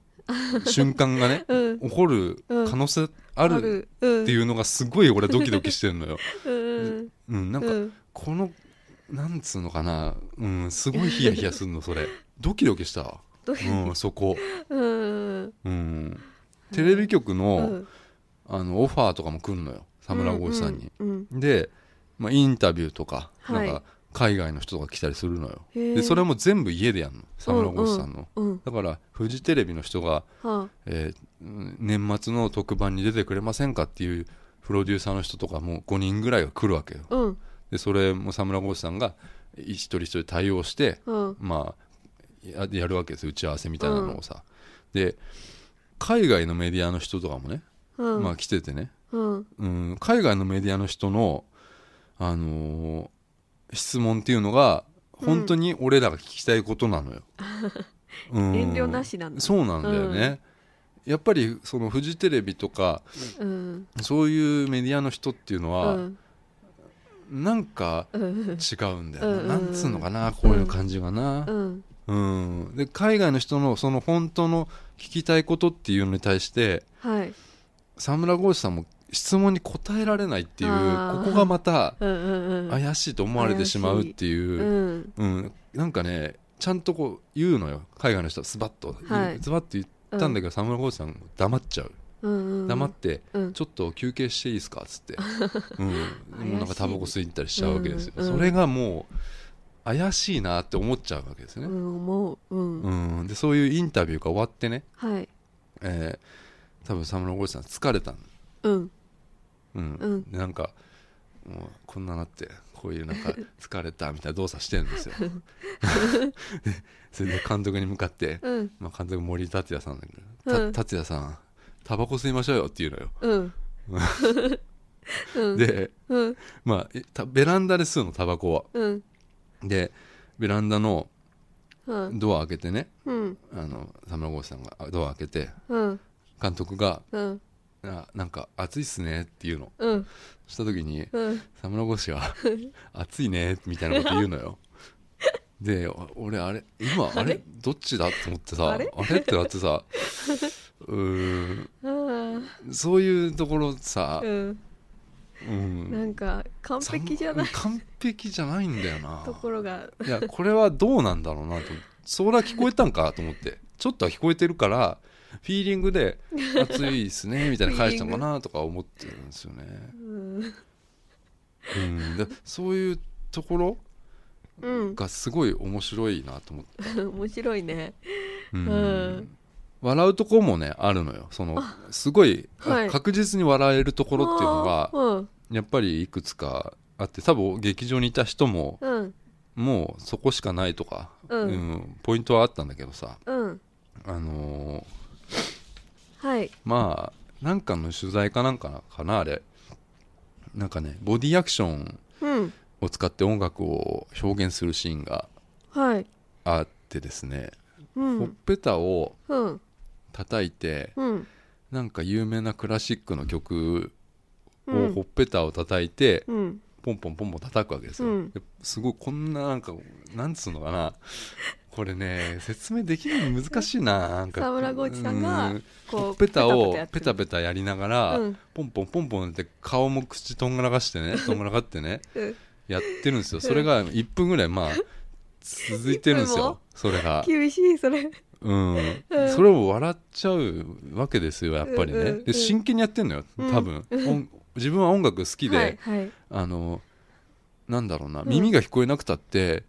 [SPEAKER 1] 瞬間がね
[SPEAKER 2] うん。
[SPEAKER 1] 起こる可能性ある
[SPEAKER 2] っ
[SPEAKER 1] って
[SPEAKER 2] う
[SPEAKER 1] い
[SPEAKER 2] ん。
[SPEAKER 1] うのがすごい俺ドキドキしてるの よ、
[SPEAKER 2] うん。
[SPEAKER 1] うん、なんか
[SPEAKER 2] うん
[SPEAKER 1] このなんつうのかな、うん、すごいヒヤヒヤするのそれドキドキしたわ
[SPEAKER 2] ドキ
[SPEAKER 1] うん、そこ、
[SPEAKER 2] うん。
[SPEAKER 1] うん、テレビ局の,、
[SPEAKER 2] うん
[SPEAKER 1] あのオファーとかも来るのよ沢村浩一さんに、。
[SPEAKER 2] うんうん。
[SPEAKER 1] で、まあ、インタビューとか,、
[SPEAKER 2] はい
[SPEAKER 1] なんか海外の人とか来たりするのよ
[SPEAKER 2] へー
[SPEAKER 1] でそれも全部家でやるの沢村浩一さんの、
[SPEAKER 2] うん。
[SPEAKER 1] だからフジテレビの人が、
[SPEAKER 2] は
[SPEAKER 1] えーうん年末の特番に出てくれませんかっていうプロデューサーの人とかも5人ぐらいが来るわけよ
[SPEAKER 2] あ。うん。
[SPEAKER 1] でそれも沢村浩一さんが一人一人対応して、
[SPEAKER 2] うん。
[SPEAKER 1] まあややるわけですよ打ち合わせみたいなのをさ、で海外のメディアの人とかもね、
[SPEAKER 2] うん。
[SPEAKER 1] まあ来ててね、
[SPEAKER 2] うん。
[SPEAKER 1] うん、海外のメディアの人の、あのー質問っていうのが
[SPEAKER 2] うん
[SPEAKER 1] 本当に俺らが聞きたいことな のよ、うん
[SPEAKER 2] 遠慮なしなんだ
[SPEAKER 1] そうなんだよね、やっぱりそのフジテレビとか
[SPEAKER 2] うん。
[SPEAKER 1] そういうメディアの人っていうの
[SPEAKER 2] う
[SPEAKER 1] は、
[SPEAKER 2] ん。
[SPEAKER 1] なんか
[SPEAKER 2] うん。
[SPEAKER 1] 違うんだよな、
[SPEAKER 2] うん
[SPEAKER 1] なんつうのかなこういう感じがな、
[SPEAKER 2] うん。
[SPEAKER 1] うん、で海外の人のその本当の聞きたいことっていうのに対して
[SPEAKER 2] はい
[SPEAKER 1] 沢村浩二さんも質問に答えられないっていう
[SPEAKER 2] あー
[SPEAKER 1] ここがまた
[SPEAKER 2] うんうんうん
[SPEAKER 1] 怪しいと思われてしまうっていう、
[SPEAKER 2] うん
[SPEAKER 1] うん、なんかねちゃんとこう言うのよ海外の人はスバッと、
[SPEAKER 2] はい
[SPEAKER 1] ズバッと言ったんだけど、沢村浩二さん黙っちゃう
[SPEAKER 2] うんうん
[SPEAKER 1] 黙って、
[SPEAKER 2] うん
[SPEAKER 1] ちょっと休憩していいですか?」っつ って、うん、もうなんかタバコ吸いに行ったりしちゃうわけですよ、
[SPEAKER 2] うんうん
[SPEAKER 1] それがもう怪しいなって思っちゃうわけです
[SPEAKER 2] う
[SPEAKER 1] ね、
[SPEAKER 2] ん思ううん
[SPEAKER 1] うん、でそういうインタビューが終わってね、
[SPEAKER 2] はい
[SPEAKER 1] えー多分沢村浩二さん疲れたの
[SPEAKER 2] うん
[SPEAKER 1] うん
[SPEAKER 2] うん
[SPEAKER 1] でなんかもうこんななってこういうなんか 疲れたみたいな動作してるんですよでそれで監督に向かって、
[SPEAKER 2] うん
[SPEAKER 1] まあ、監督森達也さんだけ
[SPEAKER 2] う
[SPEAKER 1] ど
[SPEAKER 2] ん
[SPEAKER 1] た達也さんタバコ吸いましょうよって言うのよ、
[SPEAKER 2] うんうん
[SPEAKER 1] で
[SPEAKER 2] うん
[SPEAKER 1] まあえたベランダで吸うのタバコは
[SPEAKER 2] うん
[SPEAKER 1] でベランダの
[SPEAKER 2] うん
[SPEAKER 1] ドア開けてね
[SPEAKER 2] うん
[SPEAKER 1] あの田村剛志さんがあドア開けて
[SPEAKER 2] うん
[SPEAKER 1] 監督が
[SPEAKER 2] うん
[SPEAKER 1] 「あなんか暑いっすね」っていうの
[SPEAKER 2] うん
[SPEAKER 1] した時に
[SPEAKER 2] うん
[SPEAKER 1] 田村越 が「暑いね」みたいなこと言うのよでお俺あれ今あれどっちだと思ってさ
[SPEAKER 2] あれ
[SPEAKER 1] ってなってさうーん
[SPEAKER 2] あ
[SPEAKER 1] そういうところさ
[SPEAKER 2] あ、うん
[SPEAKER 1] うん、
[SPEAKER 2] なんか完璧じゃない
[SPEAKER 1] さん完璧じゃないんだよな
[SPEAKER 2] ところが
[SPEAKER 1] いやこれはどうなんだろうなと思ってそりゃ聞こえたんかと思ってちょっとは聞こえてるからフィーリングで「暑いですね」みたいな返したのかなとか思ってるんですよね
[SPEAKER 2] う。ん
[SPEAKER 1] うん、でそういうところ
[SPEAKER 2] うん
[SPEAKER 1] がすごい面白いなと思って、
[SPEAKER 2] 面白いね
[SPEAKER 1] うん
[SPEAKER 2] うん
[SPEAKER 1] 笑うところもねあるのよそのすごい、
[SPEAKER 2] はい
[SPEAKER 1] 確実に笑えるところっていうのが
[SPEAKER 2] あー
[SPEAKER 1] やっぱりいくつかあって多分劇場にいた人も
[SPEAKER 2] うんうん
[SPEAKER 1] もうそこしかないとか、
[SPEAKER 2] うん
[SPEAKER 1] んポイントはあったんだけどさ
[SPEAKER 2] うん
[SPEAKER 1] あのー
[SPEAKER 2] はい
[SPEAKER 1] まあなんかの取材かなんかなかなあれなんかねボディアクション
[SPEAKER 2] うん
[SPEAKER 1] を使って音楽を表現するシーンが
[SPEAKER 2] はい
[SPEAKER 1] あってですね、
[SPEAKER 2] う
[SPEAKER 1] ほっ
[SPEAKER 2] ん
[SPEAKER 1] ぺたを
[SPEAKER 2] うん
[SPEAKER 1] 叩いて
[SPEAKER 2] うん
[SPEAKER 1] なんか有名なクラシックの曲
[SPEAKER 2] う
[SPEAKER 1] を
[SPEAKER 2] ん
[SPEAKER 1] ほっぺたを叩いて、
[SPEAKER 2] うん
[SPEAKER 1] ポンポンポンポン叩くわけですよ、
[SPEAKER 2] うん
[SPEAKER 1] ですごいこんななんかなんつうのかなこれね説明できるの難しいななんか
[SPEAKER 2] 沢村浩二さんが
[SPEAKER 1] うん
[SPEAKER 2] こ
[SPEAKER 1] ほ
[SPEAKER 2] う
[SPEAKER 1] っぺたを
[SPEAKER 2] やって
[SPEAKER 1] ペ
[SPEAKER 2] る
[SPEAKER 1] タペタやりながら、
[SPEAKER 2] うん
[SPEAKER 1] ポンポンポンポンって顔も口とんがらかして ねとんがらかってね
[SPEAKER 2] うん
[SPEAKER 1] やってるんですよそれが1分ぐらいまあ続いてるん です
[SPEAKER 2] 一分
[SPEAKER 1] よ
[SPEAKER 2] も
[SPEAKER 1] それが
[SPEAKER 2] 厳しいそれ
[SPEAKER 1] うん
[SPEAKER 2] うん
[SPEAKER 1] それを笑っちゃうわけですよやっぱり
[SPEAKER 2] うんうんう
[SPEAKER 1] ね
[SPEAKER 2] ん
[SPEAKER 1] で真剣にやってんのよ多分、音自分は音楽好きで、
[SPEAKER 2] はいはい
[SPEAKER 1] あのなんだろうな
[SPEAKER 2] うん
[SPEAKER 1] 耳が聞こえなくたって、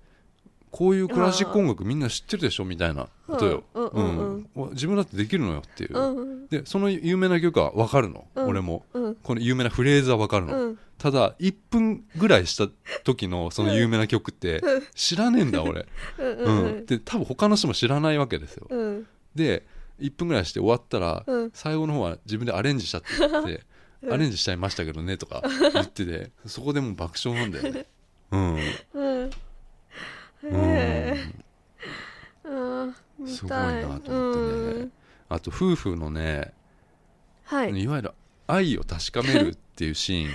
[SPEAKER 1] こういうクラシック音楽みんな知ってるでしょみたいなことよ、
[SPEAKER 2] うんうんうん
[SPEAKER 1] うん自分だってできるのよっていう、
[SPEAKER 2] うん
[SPEAKER 1] でその有名な曲は分かるの、
[SPEAKER 2] うん
[SPEAKER 1] 俺も
[SPEAKER 2] うん
[SPEAKER 1] この有名なフレーズは分かる
[SPEAKER 2] う
[SPEAKER 1] の、
[SPEAKER 2] ん
[SPEAKER 1] ただ1分ぐらいした時のその有名な曲って
[SPEAKER 2] うん
[SPEAKER 1] 知らねえんだ 俺、
[SPEAKER 2] うん
[SPEAKER 1] う
[SPEAKER 2] うんん
[SPEAKER 1] で多分他の人も知らないわけですよ、
[SPEAKER 2] うん
[SPEAKER 1] で1分ぐらいして終わったら、
[SPEAKER 2] うん
[SPEAKER 1] 最後の方は自分でアレンジした って言って
[SPEAKER 2] うん
[SPEAKER 1] アレンジしちゃいましたけどねとか言っててそこでもう爆笑なんだよ ねうん、
[SPEAKER 2] うん
[SPEAKER 1] う
[SPEAKER 2] へえ
[SPEAKER 1] ん、
[SPEAKER 2] うん見た
[SPEAKER 1] すごいなと思ってね、
[SPEAKER 2] うん
[SPEAKER 1] あと夫婦のね、
[SPEAKER 2] はい
[SPEAKER 1] いわゆる愛を確かめるっていうシ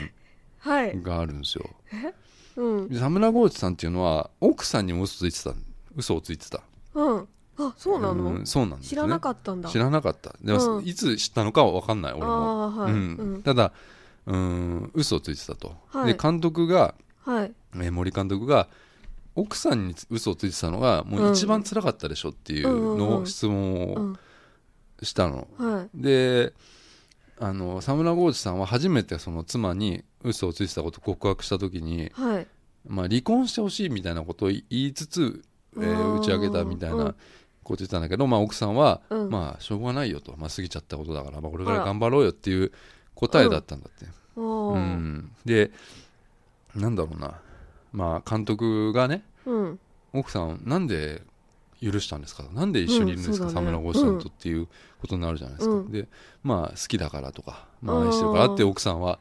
[SPEAKER 2] は
[SPEAKER 1] ー
[SPEAKER 2] い
[SPEAKER 1] ンがあるんですよ
[SPEAKER 2] うん
[SPEAKER 1] で田村浩二さんっていうのは奥さんにも嘘ついてた嘘をついてた
[SPEAKER 2] うんあそうなの
[SPEAKER 1] んそうなんです、ね、
[SPEAKER 2] 知らなかったんだ
[SPEAKER 1] 知らなかったでも、
[SPEAKER 2] うん
[SPEAKER 1] いつ知ったのかは分かんない俺も、
[SPEAKER 2] ああーはい
[SPEAKER 1] うん
[SPEAKER 2] うん
[SPEAKER 1] ただうん嘘をついてたと、
[SPEAKER 2] はい
[SPEAKER 1] で監督が
[SPEAKER 2] はい
[SPEAKER 1] えー森監督が奥さんに嘘をついてたのがもう一番辛かったでしょっていうのを質問
[SPEAKER 2] う
[SPEAKER 1] を
[SPEAKER 2] ん
[SPEAKER 1] したの、
[SPEAKER 2] はい
[SPEAKER 1] であの沢村浩二さんは初めてその妻に嘘をついてたことを告白した時に、
[SPEAKER 2] はい
[SPEAKER 1] まあ、離婚してほしいみたいなことを言いつつ、えー
[SPEAKER 2] あー
[SPEAKER 1] 打ち上げたみたい
[SPEAKER 2] うん
[SPEAKER 1] なこと言ってたんだけど、まあ、奥さんは、
[SPEAKER 2] うん
[SPEAKER 1] まあしょうがないよと、まあ、過ぎちゃったことだから、まあ、これか
[SPEAKER 2] あ
[SPEAKER 1] ら
[SPEAKER 2] ら
[SPEAKER 1] 頑張ろうよっていう答えだったんだって、う
[SPEAKER 2] おおうん
[SPEAKER 1] ん、でなんだろうな、まあ、監督がね
[SPEAKER 2] うん
[SPEAKER 1] 奥さんなんで許したんですかなんで一緒にいるんですか、
[SPEAKER 2] うんそ
[SPEAKER 1] 沢
[SPEAKER 2] うだね
[SPEAKER 1] 村浩二さんとっていうことになるじゃないですか、
[SPEAKER 2] うん
[SPEAKER 1] でまあ好きだからとか、ま
[SPEAKER 2] あ
[SPEAKER 1] あ、
[SPEAKER 2] ー
[SPEAKER 1] 愛してるからって奥さんは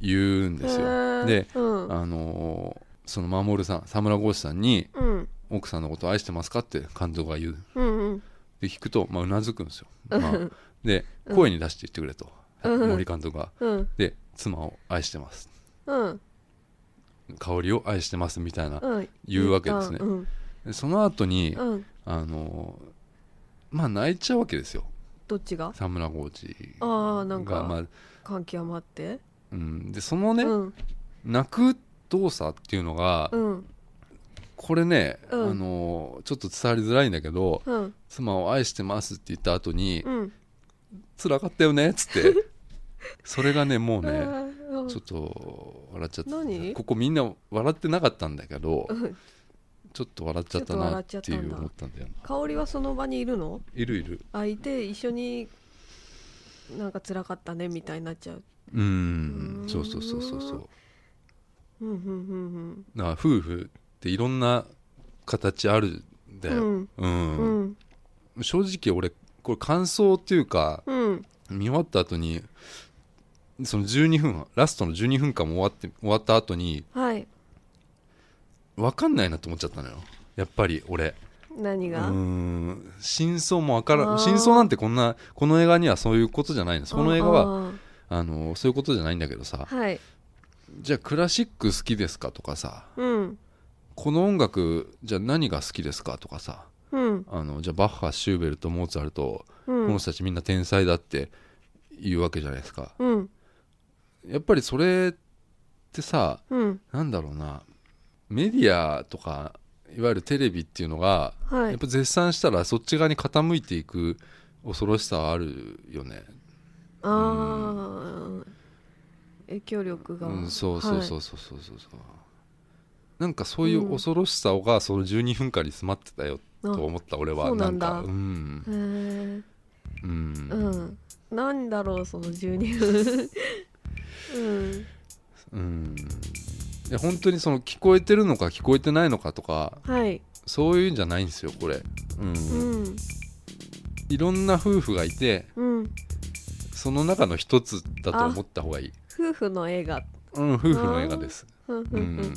[SPEAKER 1] 言うんです
[SPEAKER 2] へ
[SPEAKER 1] よ
[SPEAKER 2] ー
[SPEAKER 1] で
[SPEAKER 2] うん
[SPEAKER 1] あのーその守さん沢村浩二さんに
[SPEAKER 2] うん
[SPEAKER 1] 奥さんのこと愛してますかって監督が言う
[SPEAKER 2] うんうん
[SPEAKER 1] で聞くとまあうなずくん ですよ、まあ
[SPEAKER 2] うん
[SPEAKER 1] で声に出して言ってくれと、
[SPEAKER 2] うん
[SPEAKER 1] 森監督が
[SPEAKER 2] うん
[SPEAKER 1] で妻を愛してます
[SPEAKER 2] うん
[SPEAKER 1] 香りを愛してますみたいな
[SPEAKER 2] うん
[SPEAKER 1] 言うわけですね
[SPEAKER 2] うん
[SPEAKER 1] でその後に、
[SPEAKER 2] うん
[SPEAKER 1] あのまあ泣いちゃうわけですよ
[SPEAKER 2] どっちが
[SPEAKER 1] 沢村コーチ
[SPEAKER 2] あーなんか
[SPEAKER 1] がまあ
[SPEAKER 2] 感極まって
[SPEAKER 1] うん、でそのね、
[SPEAKER 2] うん
[SPEAKER 1] 泣く動作っていうのが、
[SPEAKER 2] うん
[SPEAKER 1] これね、
[SPEAKER 2] うん
[SPEAKER 1] あのちょっと伝わりづらいんだけど
[SPEAKER 2] うん
[SPEAKER 1] 「妻を愛してます」って言った後に
[SPEAKER 2] うん
[SPEAKER 1] 「辛かったよね」っつって それがねもう
[SPEAKER 2] あ
[SPEAKER 1] ね
[SPEAKER 2] ーうん
[SPEAKER 1] ちょっと笑っちゃって
[SPEAKER 2] 何
[SPEAKER 1] ここみんな笑ってなかったんだけど
[SPEAKER 2] うん
[SPEAKER 1] ちょっと笑っちゃったなっていう思ったんだよな
[SPEAKER 2] 香りはその場にいるの
[SPEAKER 1] いるいる
[SPEAKER 2] あいて一緒になんか辛かったねみたいになっちゃう
[SPEAKER 1] う
[SPEAKER 2] うんん
[SPEAKER 1] そうそうそうそうそう
[SPEAKER 2] うんうんうん
[SPEAKER 1] だから夫婦っていろんな形あるんだ
[SPEAKER 2] う
[SPEAKER 1] よ、
[SPEAKER 2] ん
[SPEAKER 1] うん
[SPEAKER 2] うんうん
[SPEAKER 1] 正直俺これ感想っていうか
[SPEAKER 2] うん
[SPEAKER 1] 見終わった後にその12分ラストの12分間も終わって終わった後に
[SPEAKER 2] はい
[SPEAKER 1] 分かんないなと思っちゃったのよやっぱり俺
[SPEAKER 2] 何
[SPEAKER 1] う
[SPEAKER 2] が
[SPEAKER 1] ーん真相も分から
[SPEAKER 2] あ
[SPEAKER 1] ん
[SPEAKER 2] ー
[SPEAKER 1] 真相なんてこんなこの映画にはそういうことじゃないのその映画は
[SPEAKER 2] は
[SPEAKER 1] あのそういうことじゃないんだけどさ
[SPEAKER 2] はい
[SPEAKER 1] じゃあクラシック好きですかとかさ
[SPEAKER 2] うん
[SPEAKER 1] この音楽じゃあ何が好きですかとかさ
[SPEAKER 2] うん
[SPEAKER 1] あのじゃあバッハシューベルトモーツァルト、
[SPEAKER 2] う
[SPEAKER 1] この
[SPEAKER 2] ん
[SPEAKER 1] 人たちみんな天才だって言うわけじゃないですか
[SPEAKER 2] うん
[SPEAKER 1] やっぱりそれってさ
[SPEAKER 2] うん
[SPEAKER 1] なんだろうなメディアとかいわゆるテレビっていうのが、
[SPEAKER 2] は
[SPEAKER 1] やっ
[SPEAKER 2] い
[SPEAKER 1] ぱ絶賛したらそっち側に傾いていく恐ろしさはあるよね、
[SPEAKER 2] あー影響力が
[SPEAKER 1] うん、そうそうそううそうそうそうそうなんかそういう恐ろしさがその12分間に詰まってたよと思った俺
[SPEAKER 2] あ
[SPEAKER 1] は
[SPEAKER 2] そう
[SPEAKER 1] な
[SPEAKER 2] なんんだ
[SPEAKER 1] かうん
[SPEAKER 2] へえ
[SPEAKER 1] う
[SPEAKER 2] うんんなんだろうその12分うん
[SPEAKER 1] うんいや本当にその聞こえてるのか聞こえてないのかとか
[SPEAKER 2] はい
[SPEAKER 1] そういうんじゃないんですよこれ、うん
[SPEAKER 2] うん
[SPEAKER 1] いろんな夫婦がいて
[SPEAKER 2] うん
[SPEAKER 1] その中の一つだと思った方がいい
[SPEAKER 2] 夫婦の映画
[SPEAKER 1] うん、夫婦の映画です。
[SPEAKER 2] うん
[SPEAKER 1] う
[SPEAKER 2] うん
[SPEAKER 1] ん。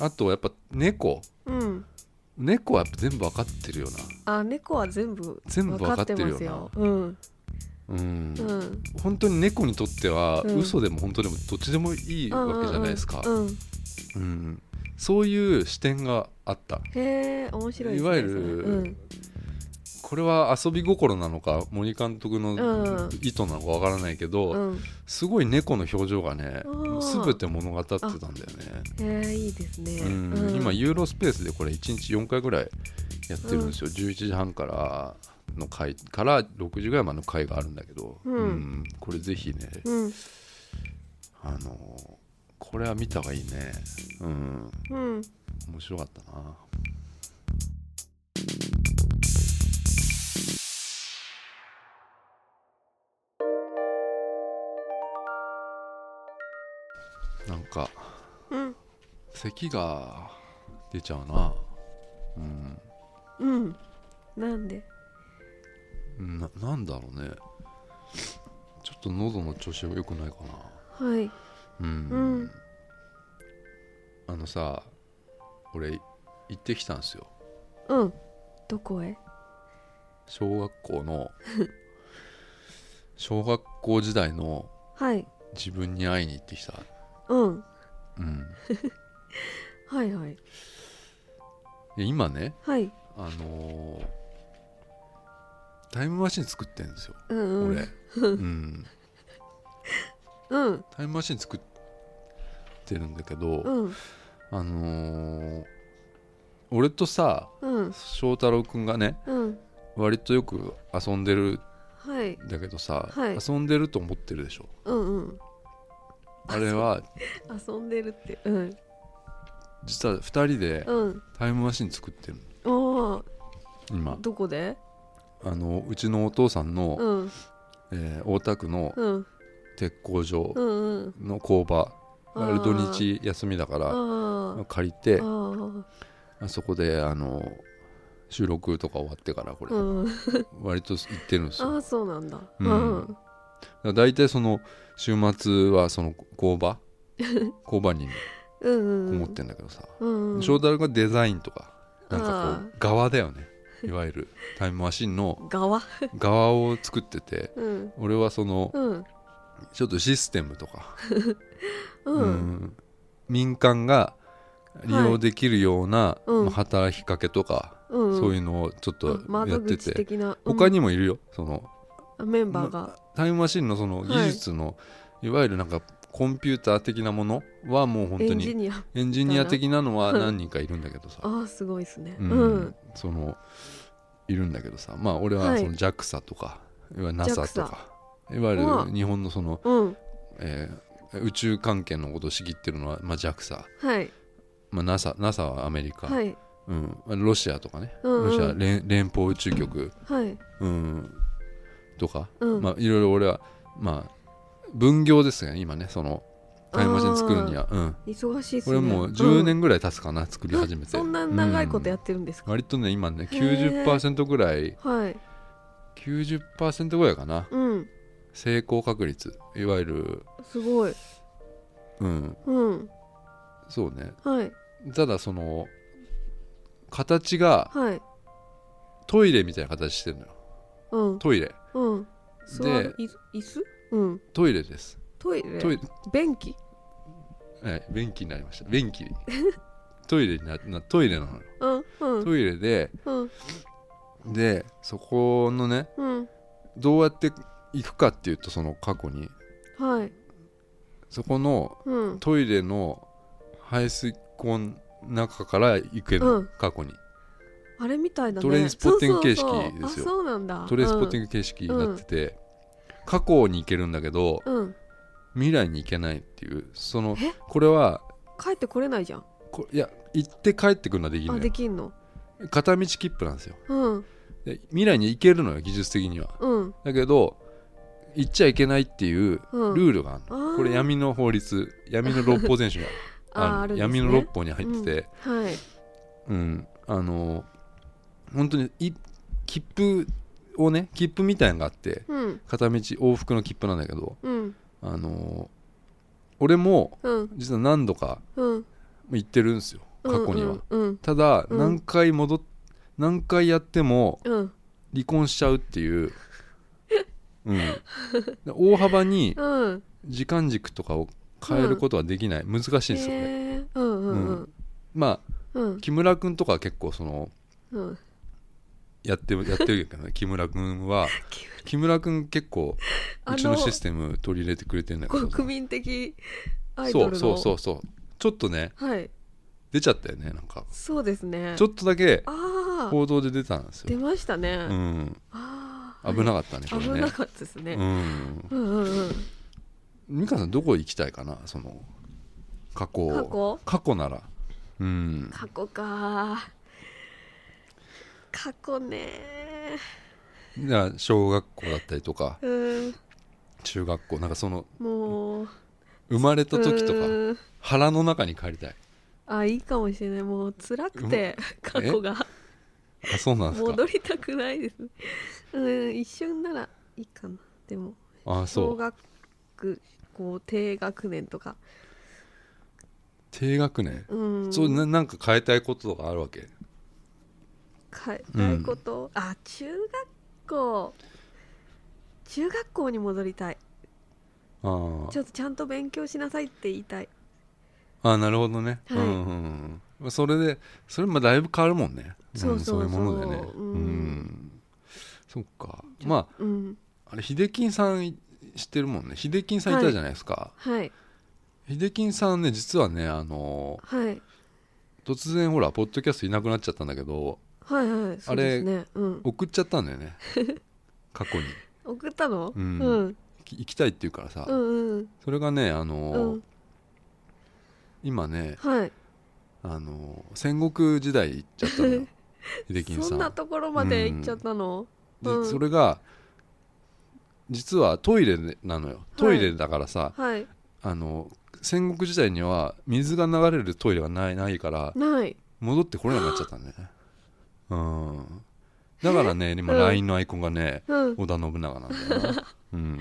[SPEAKER 1] あとやっぱ猫。
[SPEAKER 2] うんうん
[SPEAKER 1] 猫はやっぱ全部わかってるよな。
[SPEAKER 2] あ猫は全部
[SPEAKER 1] 全部わかってるよな
[SPEAKER 2] わかってますよ
[SPEAKER 1] うん。
[SPEAKER 2] うんうん
[SPEAKER 1] 本当に猫にとっては、
[SPEAKER 2] うん
[SPEAKER 1] 嘘でも本当でもどっちでもいいわけじゃないですか。
[SPEAKER 2] うんうんうん
[SPEAKER 1] うんそういう視点があった。
[SPEAKER 2] へえ面白いですね
[SPEAKER 1] いわゆる
[SPEAKER 2] それうん
[SPEAKER 1] これは遊び心なのか森監督
[SPEAKER 2] う
[SPEAKER 1] の
[SPEAKER 2] ん
[SPEAKER 1] 意図なのかわからないけど、
[SPEAKER 2] うん
[SPEAKER 1] すごい猫の表情がね
[SPEAKER 2] あー
[SPEAKER 1] 全て物語ってたんだよね。
[SPEAKER 2] へえいいですね
[SPEAKER 1] うん
[SPEAKER 2] うん
[SPEAKER 1] 今ユーロスペースでこれ1日4回ぐらいやってるんですよ、11時半からの回から6時ぐらいまでの回があるんだけど、
[SPEAKER 2] うん
[SPEAKER 1] うんこれぜひね、
[SPEAKER 2] うん
[SPEAKER 1] あのこれは見た方がいいねうん
[SPEAKER 2] うん
[SPEAKER 1] 面白かったななんか
[SPEAKER 2] うん
[SPEAKER 1] 咳が出ちゃうなうん
[SPEAKER 2] うんなんで
[SPEAKER 1] ななんだろうねちょっと喉の調子が良くないか
[SPEAKER 2] はい
[SPEAKER 1] なうん、
[SPEAKER 2] うん
[SPEAKER 1] あのさ俺行ってきたんですよ
[SPEAKER 2] うんどこへ
[SPEAKER 1] 小学校 の小学校時代の
[SPEAKER 2] はい
[SPEAKER 1] 自分に会いに行ってきた
[SPEAKER 2] うん
[SPEAKER 1] うん
[SPEAKER 2] はいはい
[SPEAKER 1] で今ね
[SPEAKER 2] はい
[SPEAKER 1] あのータイムマシン作ってんですよ、
[SPEAKER 2] うんうん
[SPEAKER 1] 俺、うん、
[SPEAKER 2] うん
[SPEAKER 1] タイムマシン作ってるんだけど、
[SPEAKER 2] うん
[SPEAKER 1] あのー俺とさ
[SPEAKER 2] うん
[SPEAKER 1] 翔太郎くんがね
[SPEAKER 2] うん
[SPEAKER 1] 割とよく遊んでる
[SPEAKER 2] はい
[SPEAKER 1] んだけどさ、
[SPEAKER 2] はい
[SPEAKER 1] 遊んでると思ってるでしょ
[SPEAKER 2] うんうん
[SPEAKER 1] あれは
[SPEAKER 2] 遊んでるってうん
[SPEAKER 1] 実は2人で
[SPEAKER 2] うん
[SPEAKER 1] タイムマシン作ってる
[SPEAKER 2] おー
[SPEAKER 1] 今
[SPEAKER 2] どこで
[SPEAKER 1] あのうちのお父さんの、
[SPEAKER 2] うん
[SPEAKER 1] えー大田区の
[SPEAKER 2] うん
[SPEAKER 1] 鉄工場
[SPEAKER 2] うんうん
[SPEAKER 1] の工場、
[SPEAKER 2] あ
[SPEAKER 1] あれ
[SPEAKER 2] ー
[SPEAKER 1] 土日休みだか
[SPEAKER 2] あ
[SPEAKER 1] ら
[SPEAKER 2] ー
[SPEAKER 1] 借りて
[SPEAKER 2] あー
[SPEAKER 1] あそこであの収録とか終わってからこれ、
[SPEAKER 2] うん
[SPEAKER 1] 割と行ってるんですよ
[SPEAKER 2] ああそうなんだ
[SPEAKER 1] う
[SPEAKER 2] うんん
[SPEAKER 1] だから大体その週末はその工 場工場に
[SPEAKER 2] うんうん
[SPEAKER 1] こ
[SPEAKER 2] うん
[SPEAKER 1] もってんだけどさ、
[SPEAKER 2] うんうん
[SPEAKER 1] 翔太郎がデザインとかなん
[SPEAKER 2] あ
[SPEAKER 1] かこう側だよねいわゆるタイムマシンの
[SPEAKER 2] 側
[SPEAKER 1] 側を作ってて
[SPEAKER 2] うん
[SPEAKER 1] 俺はその
[SPEAKER 2] うん
[SPEAKER 1] ちょっとシステムとか、
[SPEAKER 2] うん
[SPEAKER 1] うん民間が利用できるような、
[SPEAKER 2] うん
[SPEAKER 1] まあ働きかけとか、
[SPEAKER 2] うん、
[SPEAKER 1] そういううのをちょっとや
[SPEAKER 2] 窓
[SPEAKER 1] って
[SPEAKER 2] 口
[SPEAKER 1] て、
[SPEAKER 2] 的な、うん
[SPEAKER 1] 他にもいるよその
[SPEAKER 2] メンバーが、
[SPEAKER 1] タイムマシンのその
[SPEAKER 2] はい
[SPEAKER 1] 技術の、い、わゆるなんかコンピューター的なものはもう本
[SPEAKER 2] エ
[SPEAKER 1] 当
[SPEAKER 2] ンジ
[SPEAKER 1] に
[SPEAKER 2] ニア
[SPEAKER 1] エンジニア的なのは
[SPEAKER 2] うん
[SPEAKER 1] 何人かいるんだけどさ、
[SPEAKER 2] ああすごいですね
[SPEAKER 1] う
[SPEAKER 2] うんん、
[SPEAKER 1] そのいるんだけどさまあ俺は
[SPEAKER 2] はい
[SPEAKER 1] その JAXA とか、い、わゆる NASA とかいわゆ
[SPEAKER 2] わあ
[SPEAKER 1] る日本のその、
[SPEAKER 2] うん、
[SPEAKER 1] えー宇宙関係のことを仕切ってるのは、まあ、JAXA、
[SPEAKER 2] はい
[SPEAKER 1] まあ、NASA, NASA はアメリカ、
[SPEAKER 2] はい
[SPEAKER 1] うん、ロシアとかね、
[SPEAKER 2] うんうん
[SPEAKER 1] ロシア連連邦宇宙局、
[SPEAKER 2] はい
[SPEAKER 1] うん、とか、
[SPEAKER 2] うん
[SPEAKER 1] まあ、いろいろ俺は、まあ、分業ですよね今ねそのタイムマシン作るには、うん、
[SPEAKER 2] 忙しいです
[SPEAKER 1] こ
[SPEAKER 2] ね
[SPEAKER 1] れもう10
[SPEAKER 2] ん
[SPEAKER 1] 年ぐらい経つかな、作り始めて
[SPEAKER 2] そんな長いことや
[SPEAKER 1] っ
[SPEAKER 2] ってるんですか、
[SPEAKER 1] 割とね今ね
[SPEAKER 2] へー
[SPEAKER 1] 90%ぐらい
[SPEAKER 2] はい
[SPEAKER 1] 90%ぐらいかな
[SPEAKER 2] うん
[SPEAKER 1] 成功確率いわゆる
[SPEAKER 2] すごい
[SPEAKER 1] うん
[SPEAKER 2] うん
[SPEAKER 1] そうね
[SPEAKER 2] はい
[SPEAKER 1] ただその形が
[SPEAKER 2] はい
[SPEAKER 1] トイレみたいな形してるのよ
[SPEAKER 2] うん
[SPEAKER 1] トイレ
[SPEAKER 2] うん座るい椅子うん
[SPEAKER 1] トイレです
[SPEAKER 2] トイレ
[SPEAKER 1] トイレ
[SPEAKER 2] 便器
[SPEAKER 1] はい、便器になりました便 器トイレにななトイレなのよ
[SPEAKER 2] うんうん
[SPEAKER 1] トイレで
[SPEAKER 2] うん
[SPEAKER 1] でそこのね
[SPEAKER 2] うん
[SPEAKER 1] どうやって行くかっていうとその過去に
[SPEAKER 2] はい
[SPEAKER 1] そこの
[SPEAKER 2] うん
[SPEAKER 1] トイレの排水溝の中から行けるの、
[SPEAKER 2] うん
[SPEAKER 1] 過去に
[SPEAKER 2] あれみたいだね
[SPEAKER 1] トレインスポッティング形式
[SPEAKER 2] そうそうそう
[SPEAKER 1] ですよ
[SPEAKER 2] あそうなんだ
[SPEAKER 1] トレースポッティ
[SPEAKER 2] ン
[SPEAKER 1] ング形式になってて、過去に行けるんだけど
[SPEAKER 2] グうん
[SPEAKER 1] 未来に行けないっていうその
[SPEAKER 2] え
[SPEAKER 1] これは
[SPEAKER 2] 帰ってこれないじゃん
[SPEAKER 1] こいや行って帰ってくるのはできる
[SPEAKER 2] あ
[SPEAKER 1] の
[SPEAKER 2] で
[SPEAKER 1] よ
[SPEAKER 2] きんの
[SPEAKER 1] 片道切符なんですよ
[SPEAKER 2] うん
[SPEAKER 1] で未来に行けるのよ技術的には
[SPEAKER 2] うん
[SPEAKER 1] だけど行っちゃいけないっていう
[SPEAKER 2] うん
[SPEAKER 1] ルールがあるの、
[SPEAKER 2] あー
[SPEAKER 1] これ闇の法律闇の六法全書が
[SPEAKER 2] あー
[SPEAKER 1] あ
[SPEAKER 2] あ
[SPEAKER 1] る
[SPEAKER 2] るんですね
[SPEAKER 1] 闇の六法に入ってて、
[SPEAKER 2] はい
[SPEAKER 1] うんあの本当にい切符をね切符みたいなのがあって
[SPEAKER 2] うん
[SPEAKER 1] 片道往復の切符なんだけど
[SPEAKER 2] うん
[SPEAKER 1] あの俺も
[SPEAKER 2] うん
[SPEAKER 1] 実は何度か
[SPEAKER 2] うん
[SPEAKER 1] 行ってるんですよ過去には、
[SPEAKER 2] うん
[SPEAKER 1] ただ
[SPEAKER 2] うん
[SPEAKER 1] 何回戻っ、何回やっても
[SPEAKER 2] うん
[SPEAKER 1] 離婚しちゃうっていう、うん、大幅に
[SPEAKER 2] うんうん
[SPEAKER 1] 時間軸とかを変えることはできない、難しいんですよね、
[SPEAKER 2] へーうんうんうん
[SPEAKER 1] ま
[SPEAKER 2] う
[SPEAKER 1] あ
[SPEAKER 2] ん
[SPEAKER 1] 木村君とかは結構その
[SPEAKER 2] うん
[SPEAKER 1] やってやってるけどね木村君は
[SPEAKER 2] 木
[SPEAKER 1] 木村君結構
[SPEAKER 2] あ
[SPEAKER 1] う
[SPEAKER 2] の
[SPEAKER 1] ちのシステム取り入れてくれてるんだけど
[SPEAKER 2] 国民的アイ
[SPEAKER 1] そ
[SPEAKER 2] ドル
[SPEAKER 1] う
[SPEAKER 2] の
[SPEAKER 1] そうそうそうちょっとね
[SPEAKER 2] はい
[SPEAKER 1] 出ちゃったよねなんか
[SPEAKER 2] そうですね
[SPEAKER 1] ちょっとだけ
[SPEAKER 2] ああ
[SPEAKER 1] 報道で出たんです
[SPEAKER 2] 出
[SPEAKER 1] よ、
[SPEAKER 2] ましたね、
[SPEAKER 1] うん、
[SPEAKER 2] ああ
[SPEAKER 1] 危なかったねこ
[SPEAKER 2] 危
[SPEAKER 1] れ
[SPEAKER 2] な
[SPEAKER 1] ね
[SPEAKER 2] かったですね、
[SPEAKER 1] うん
[SPEAKER 2] うん、うんうん
[SPEAKER 1] 美香さんどこ行きたいかなその過去
[SPEAKER 2] 過去
[SPEAKER 1] 過去ならうん
[SPEAKER 2] 過去か過去ね
[SPEAKER 1] じゃあ小学校だったりとか
[SPEAKER 2] うん
[SPEAKER 1] 中学校なんかその
[SPEAKER 2] もう
[SPEAKER 1] 生まれた時とか
[SPEAKER 2] うん
[SPEAKER 1] 腹の中に帰りたい
[SPEAKER 2] あいいかもしれないもう辛くて過去が
[SPEAKER 1] あそうなんですか
[SPEAKER 2] 戻りたくないですうん一瞬ならいいかなでも
[SPEAKER 1] あそ
[SPEAKER 2] 小
[SPEAKER 1] う
[SPEAKER 2] 学校低学年とか
[SPEAKER 1] 低学年
[SPEAKER 2] うん
[SPEAKER 1] そうななんか変えたいこととかあるわけ
[SPEAKER 2] 変えたいこと、あ中学校中学校に戻りたい
[SPEAKER 1] あー
[SPEAKER 2] ちょっとちゃんと勉強しなさいって言いたい
[SPEAKER 1] あーなるほどね、
[SPEAKER 2] はい
[SPEAKER 1] うんうんうんそれでそれもだいぶ変わるもんね
[SPEAKER 2] そうそうそうん
[SPEAKER 1] そういうものでねう
[SPEAKER 2] うんん
[SPEAKER 1] そっかまあ
[SPEAKER 2] うん
[SPEAKER 1] あれ秀金さん知ってるもんね秀金さんいたじゃないですか、
[SPEAKER 2] はい
[SPEAKER 1] 秀金さんね実はねあの
[SPEAKER 2] はい
[SPEAKER 1] 突然ほらポッドキャストいなくなっちゃったんだけど
[SPEAKER 2] はいはいそうですねうん
[SPEAKER 1] 送っちゃったんだよ ね過去に
[SPEAKER 2] 送ったの
[SPEAKER 1] う
[SPEAKER 2] うんんうん
[SPEAKER 1] き行きたいって言うからさ、
[SPEAKER 2] うん
[SPEAKER 1] それがねあの
[SPEAKER 2] う
[SPEAKER 1] ー
[SPEAKER 2] ん
[SPEAKER 1] 今ね
[SPEAKER 2] はい
[SPEAKER 1] あのー戦国時代行っちゃったの よ秀金
[SPEAKER 2] そ
[SPEAKER 1] さ
[SPEAKER 2] ん
[SPEAKER 1] ん
[SPEAKER 2] なところまで行っちゃったの
[SPEAKER 1] で
[SPEAKER 2] うん
[SPEAKER 1] それが実はトイレなのよトイレだからさ、
[SPEAKER 2] はい
[SPEAKER 1] あの戦国時代には水が流れるトイレがないないから
[SPEAKER 2] ない
[SPEAKER 1] 戻ってこれなくなっちゃったんだよねうんだから ね今
[SPEAKER 2] うん
[SPEAKER 1] LINE のアイコンがね
[SPEAKER 2] うん
[SPEAKER 1] 織田信長なんだよ なうん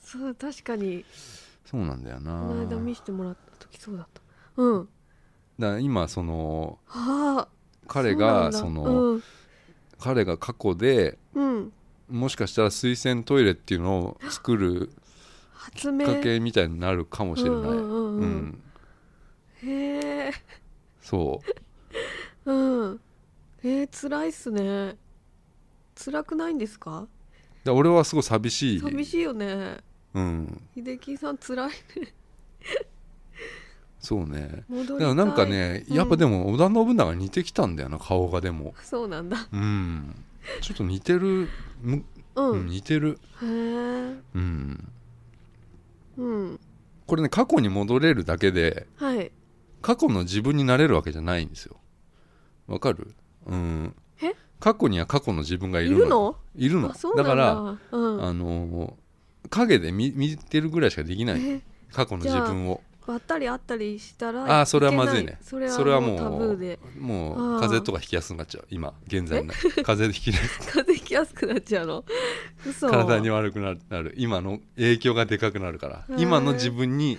[SPEAKER 2] そう確かに
[SPEAKER 1] そうなんだよ
[SPEAKER 2] こ
[SPEAKER 1] な
[SPEAKER 2] の間見せてもらった時そうだったうん
[SPEAKER 1] だから今その
[SPEAKER 2] はあ
[SPEAKER 1] 彼がそう
[SPEAKER 2] なんだ
[SPEAKER 1] の、彼が過去で
[SPEAKER 2] うんうん
[SPEAKER 1] もしかしたら水洗トイレっていうのを作る
[SPEAKER 2] 発
[SPEAKER 1] き
[SPEAKER 2] 明
[SPEAKER 1] っかけみたいになるかもしれない、
[SPEAKER 2] うんうんうんうん
[SPEAKER 1] うん
[SPEAKER 2] へえ
[SPEAKER 1] そ
[SPEAKER 2] うんえー、辛いっすね辛くないんですか
[SPEAKER 1] うで俺はすごい寂しい
[SPEAKER 2] 寂しいよね
[SPEAKER 1] うん
[SPEAKER 2] 秀樹さん辛い
[SPEAKER 1] そうねだか
[SPEAKER 2] 戻りた
[SPEAKER 1] ら
[SPEAKER 2] い
[SPEAKER 1] なんかね、
[SPEAKER 2] うん
[SPEAKER 1] やっぱでも織田信長に似てきたんだよな顔がでも
[SPEAKER 2] そうなんだ
[SPEAKER 1] うんちょっと似てる、む
[SPEAKER 2] うん、
[SPEAKER 1] うん似てる
[SPEAKER 2] へえ
[SPEAKER 1] うん
[SPEAKER 2] うん
[SPEAKER 1] これね過去に戻れるだけで
[SPEAKER 2] はい
[SPEAKER 1] 過去の自分になれるわけじゃないんですよわかるうん
[SPEAKER 2] え
[SPEAKER 1] 過去には過去の自分が
[SPEAKER 2] い
[SPEAKER 1] いる
[SPEAKER 2] るの
[SPEAKER 1] いるの
[SPEAKER 2] あそうな
[SPEAKER 1] だか
[SPEAKER 2] んだ
[SPEAKER 1] ら
[SPEAKER 2] うん、
[SPEAKER 1] あのー影で見見てるぐらいしかできない
[SPEAKER 2] え
[SPEAKER 1] 過去の自分を
[SPEAKER 2] 割ったりあったりしたら
[SPEAKER 1] ああーそれはまずいね
[SPEAKER 2] けなそ
[SPEAKER 1] それ
[SPEAKER 2] れは
[SPEAKER 1] は
[SPEAKER 2] も
[SPEAKER 1] も
[SPEAKER 2] う
[SPEAKER 1] う
[SPEAKER 2] タブーで
[SPEAKER 1] もう
[SPEAKER 2] あー
[SPEAKER 1] 風邪とか引きやすくなっちゃう今現在の風邪引 きやすく
[SPEAKER 2] 風邪ひきやすくなっちゃうの嘘
[SPEAKER 1] 体に悪くなるなる今の影響がでかくなるから
[SPEAKER 2] へー
[SPEAKER 1] 今の自分に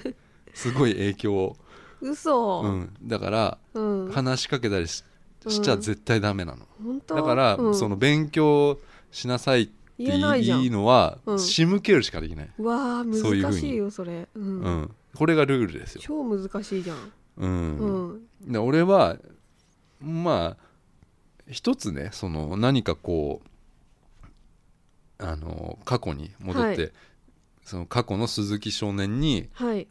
[SPEAKER 1] すごい影響を、
[SPEAKER 2] 嘘
[SPEAKER 1] うん、だから
[SPEAKER 2] うん、
[SPEAKER 1] 話しかけたりし
[SPEAKER 2] うん
[SPEAKER 1] しちゃ絶対ダメなの、
[SPEAKER 2] 本当
[SPEAKER 1] だから、
[SPEAKER 2] うん
[SPEAKER 1] その勉強しなさいって
[SPEAKER 2] 言えないじゃん
[SPEAKER 1] いいのは、
[SPEAKER 2] うん
[SPEAKER 1] 仕向けるしかできない、
[SPEAKER 2] うわあ
[SPEAKER 1] そういうふう
[SPEAKER 2] 難
[SPEAKER 1] に
[SPEAKER 2] しいよそれう
[SPEAKER 1] うん
[SPEAKER 2] ん、
[SPEAKER 1] これがルールですよ、
[SPEAKER 2] 超難しいじゃん
[SPEAKER 1] うん
[SPEAKER 2] うん
[SPEAKER 1] で俺はまあ一つねその何かこうあの過去に戻って、
[SPEAKER 2] は
[SPEAKER 1] その過去の鈴木少年に
[SPEAKER 2] はい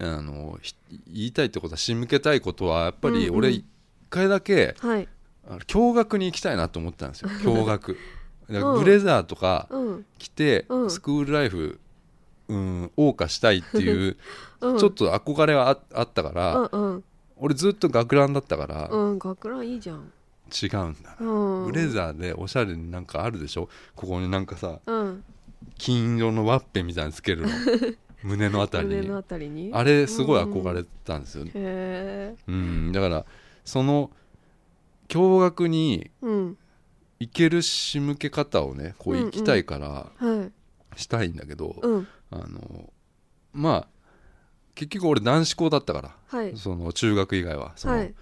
[SPEAKER 1] あのひ言いたいってことは仕向けたいことはやっぱり
[SPEAKER 2] うんうん
[SPEAKER 1] 俺一回だけ
[SPEAKER 2] はい
[SPEAKER 1] あの驚愕に行きたいなと思ったんです よ驚愕だから
[SPEAKER 2] うん
[SPEAKER 1] ブレザーとか
[SPEAKER 2] うん
[SPEAKER 1] 着て、
[SPEAKER 2] うん
[SPEAKER 1] スクールライフうん謳歌したいっていう
[SPEAKER 2] うん
[SPEAKER 1] ちょっと憧れはああったから、
[SPEAKER 2] うんうん
[SPEAKER 1] 俺ずっと学ランだったから、
[SPEAKER 2] うん学ランいいじゃん
[SPEAKER 1] 違うんだ
[SPEAKER 2] うん
[SPEAKER 1] ブレザーでおしゃれになんかあるでしょここになんかさ
[SPEAKER 2] うん
[SPEAKER 1] 金色のワッペンみたいにつける の胸のあたり
[SPEAKER 2] 胸
[SPEAKER 1] に
[SPEAKER 2] のあたりに
[SPEAKER 1] あれすごい憧れてたんですよね、
[SPEAKER 2] へえ
[SPEAKER 1] うんだからその驚愕に
[SPEAKER 2] うん
[SPEAKER 1] 行ける仕向け方をねこう
[SPEAKER 2] うんうん
[SPEAKER 1] 行きたいから
[SPEAKER 2] はい
[SPEAKER 1] したいんだけど、
[SPEAKER 2] うん
[SPEAKER 1] あのまあ結局俺男子校だったから、
[SPEAKER 2] はい
[SPEAKER 1] その中学以外はその、
[SPEAKER 2] はい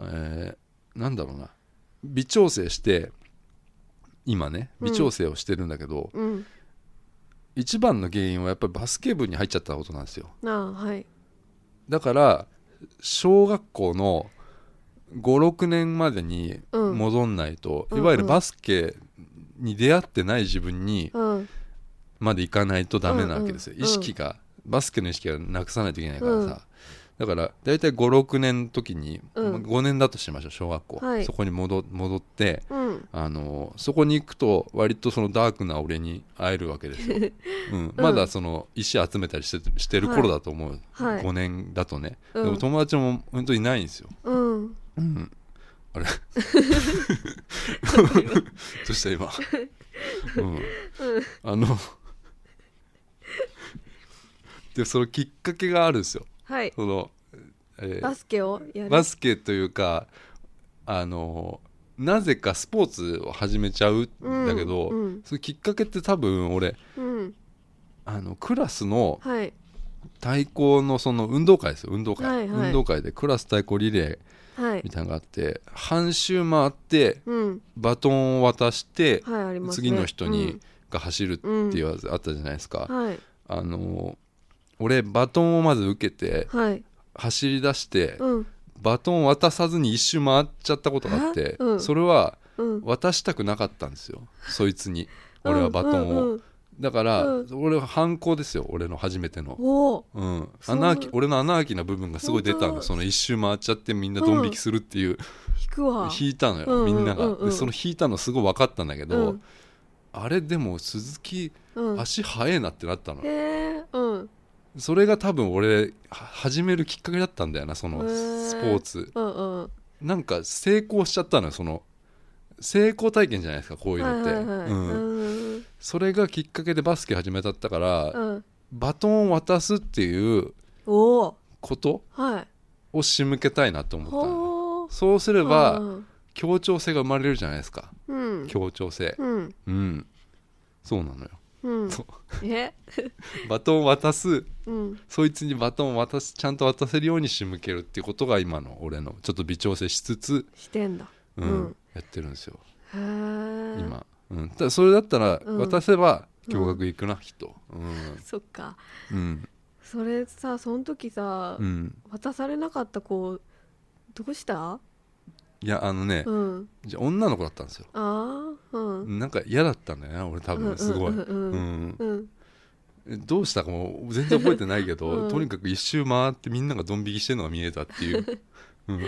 [SPEAKER 1] えーなんだろうな微調整して今ね微調整をしてるんだけど、
[SPEAKER 2] うん
[SPEAKER 1] 一番の原因はやっぱりバスケ部に入っちゃったことなんですよ
[SPEAKER 2] なあはい
[SPEAKER 1] だから小学校の56年までに
[SPEAKER 2] うん
[SPEAKER 1] 戻んないと、
[SPEAKER 2] うん
[SPEAKER 1] いわゆるバスケに出会ってない自分に
[SPEAKER 2] うん
[SPEAKER 1] までいかないとダメなわけですよ、
[SPEAKER 2] うんう
[SPEAKER 1] 意
[SPEAKER 2] ん
[SPEAKER 1] 識がバスケの意識がなくさないといけないからさ、だから大体56年の時に、
[SPEAKER 2] うん
[SPEAKER 1] まあ5年だとしましょう小学校、
[SPEAKER 2] はい
[SPEAKER 1] そこに戻戻って
[SPEAKER 2] うん
[SPEAKER 1] あのそこに行くと割とそのダークな俺に会えるわけですよ、うん、まだその石集めたりしてしてる頃だと思う、
[SPEAKER 2] はい
[SPEAKER 1] 5年だとね、
[SPEAKER 2] うん
[SPEAKER 1] でも友達も本当にいないんですよ、
[SPEAKER 2] うん
[SPEAKER 1] うん、あれそした今、うん、あのでそのきっかけがあるんですよ
[SPEAKER 2] はい
[SPEAKER 1] その、えー
[SPEAKER 2] バスケをやる
[SPEAKER 1] バスケというかあのなぜかスポーツを始めちゃうんだけど、
[SPEAKER 2] うんうん
[SPEAKER 1] そのきっかけって多分俺
[SPEAKER 2] うん
[SPEAKER 1] あのクラスの
[SPEAKER 2] はい
[SPEAKER 1] 対抗のその運動会ですよ運動会、
[SPEAKER 2] はいはい
[SPEAKER 1] 運動会でクラス対抗リレー
[SPEAKER 2] はい
[SPEAKER 1] みたいなのがあって半周回って
[SPEAKER 2] うん
[SPEAKER 1] バトンを渡して、
[SPEAKER 2] はいありますね
[SPEAKER 1] 次の人に、が走るっていうやつあったじゃないですか、
[SPEAKER 2] うんはい
[SPEAKER 1] あの俺バトンをまず受けて
[SPEAKER 2] はい
[SPEAKER 1] 走り出して、
[SPEAKER 2] うん
[SPEAKER 1] バトンを渡さずに一周回っちゃったことがあって、
[SPEAKER 2] えうん
[SPEAKER 1] それは
[SPEAKER 2] うん
[SPEAKER 1] 渡したくなかったんですよそいつに俺はバトンを、
[SPEAKER 2] うんうんうん
[SPEAKER 1] だから、
[SPEAKER 2] う
[SPEAKER 1] 俺は反抗ですよ俺の初めての、
[SPEAKER 2] おお
[SPEAKER 1] うん、
[SPEAKER 2] そう
[SPEAKER 1] 穴あき俺の穴あきな部分がすごい出たの
[SPEAKER 2] 本当
[SPEAKER 1] その一周回っちゃってみんなドン引きするっていう、
[SPEAKER 2] 引くわ
[SPEAKER 1] 引いたのよ、
[SPEAKER 2] うんうんうん
[SPEAKER 1] み
[SPEAKER 2] うん
[SPEAKER 1] んなが、でその引いたのすごい分かったんだけど、
[SPEAKER 2] うん
[SPEAKER 1] あれでも鈴木
[SPEAKER 2] うん
[SPEAKER 1] 足速えなってなったの、
[SPEAKER 2] へえうん
[SPEAKER 1] それが多分俺は始めるきっかけだったんだよなそ
[SPEAKER 2] へ
[SPEAKER 1] の
[SPEAKER 2] ー
[SPEAKER 1] スポーツ
[SPEAKER 2] うんうん
[SPEAKER 1] なんか成功しちゃったのよその成功体験じゃないですかこういうのって、
[SPEAKER 2] はいはいはい、
[SPEAKER 1] うん、
[SPEAKER 2] うん
[SPEAKER 1] それがきっかけでバスケ始めたったから、
[SPEAKER 2] うん、
[SPEAKER 1] バトンを渡すっていう
[SPEAKER 2] おお
[SPEAKER 1] こと
[SPEAKER 2] はい
[SPEAKER 1] を仕向けたいなと思ったのね
[SPEAKER 2] ほう
[SPEAKER 1] そうすれ
[SPEAKER 2] う
[SPEAKER 1] ば
[SPEAKER 2] ん
[SPEAKER 1] 協調性が生まれるじゃないですか
[SPEAKER 2] うん
[SPEAKER 1] 協調性
[SPEAKER 2] うん
[SPEAKER 1] うんそうなのよ
[SPEAKER 2] うん
[SPEAKER 1] そう
[SPEAKER 2] え
[SPEAKER 1] バトンを渡す
[SPEAKER 2] うん
[SPEAKER 1] そいつにバトンを渡すちゃんと渡せるように仕向けるっていうことが今の俺のちょっと微調整しつつ、
[SPEAKER 2] してんだ
[SPEAKER 1] うん
[SPEAKER 2] うん
[SPEAKER 1] やってるんですよ
[SPEAKER 2] へえ
[SPEAKER 1] 今、うん、ただそれだったら
[SPEAKER 2] うん
[SPEAKER 1] 渡せば驚愕いくな、きっとうん
[SPEAKER 2] そっか
[SPEAKER 1] うん
[SPEAKER 2] それさその時さ、
[SPEAKER 1] うん
[SPEAKER 2] 渡されなかった子どうした
[SPEAKER 1] いやあのね、
[SPEAKER 2] うん
[SPEAKER 1] じゃあ女の子だったんですよ
[SPEAKER 2] ああうん
[SPEAKER 1] なんか嫌だったんだよな俺多分すごい、
[SPEAKER 2] うんうんうんうん
[SPEAKER 1] うんどうしたかもう全然覚えてないけど、
[SPEAKER 2] うん
[SPEAKER 1] とにかく一周回ってみんながドン引きしてるのが見えたって いう、うん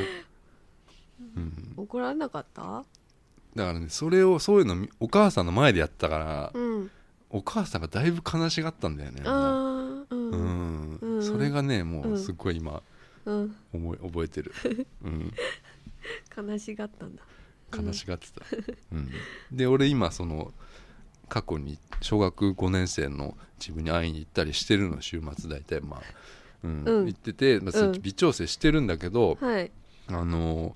[SPEAKER 1] うん、
[SPEAKER 2] 怒られなかった
[SPEAKER 1] だからねそれをそういうのみお母さんの前でやったから、
[SPEAKER 2] うん
[SPEAKER 1] お母さんがだいぶ悲しがったんだよね、
[SPEAKER 2] ああう
[SPEAKER 1] うんん
[SPEAKER 2] うん
[SPEAKER 1] それがねもううんすっごい今
[SPEAKER 2] うん
[SPEAKER 1] 思い覚え てる、うん、
[SPEAKER 2] 悲しがったんだ
[SPEAKER 1] 悲しがってた、うん、で俺今その過去に小学5年生の自分に会いに行ったりしてるの週末大体まあ、うん
[SPEAKER 2] うん
[SPEAKER 1] 行ってて、まあ、
[SPEAKER 2] うん
[SPEAKER 1] 微調整してるんだけど、
[SPEAKER 2] はい
[SPEAKER 1] あの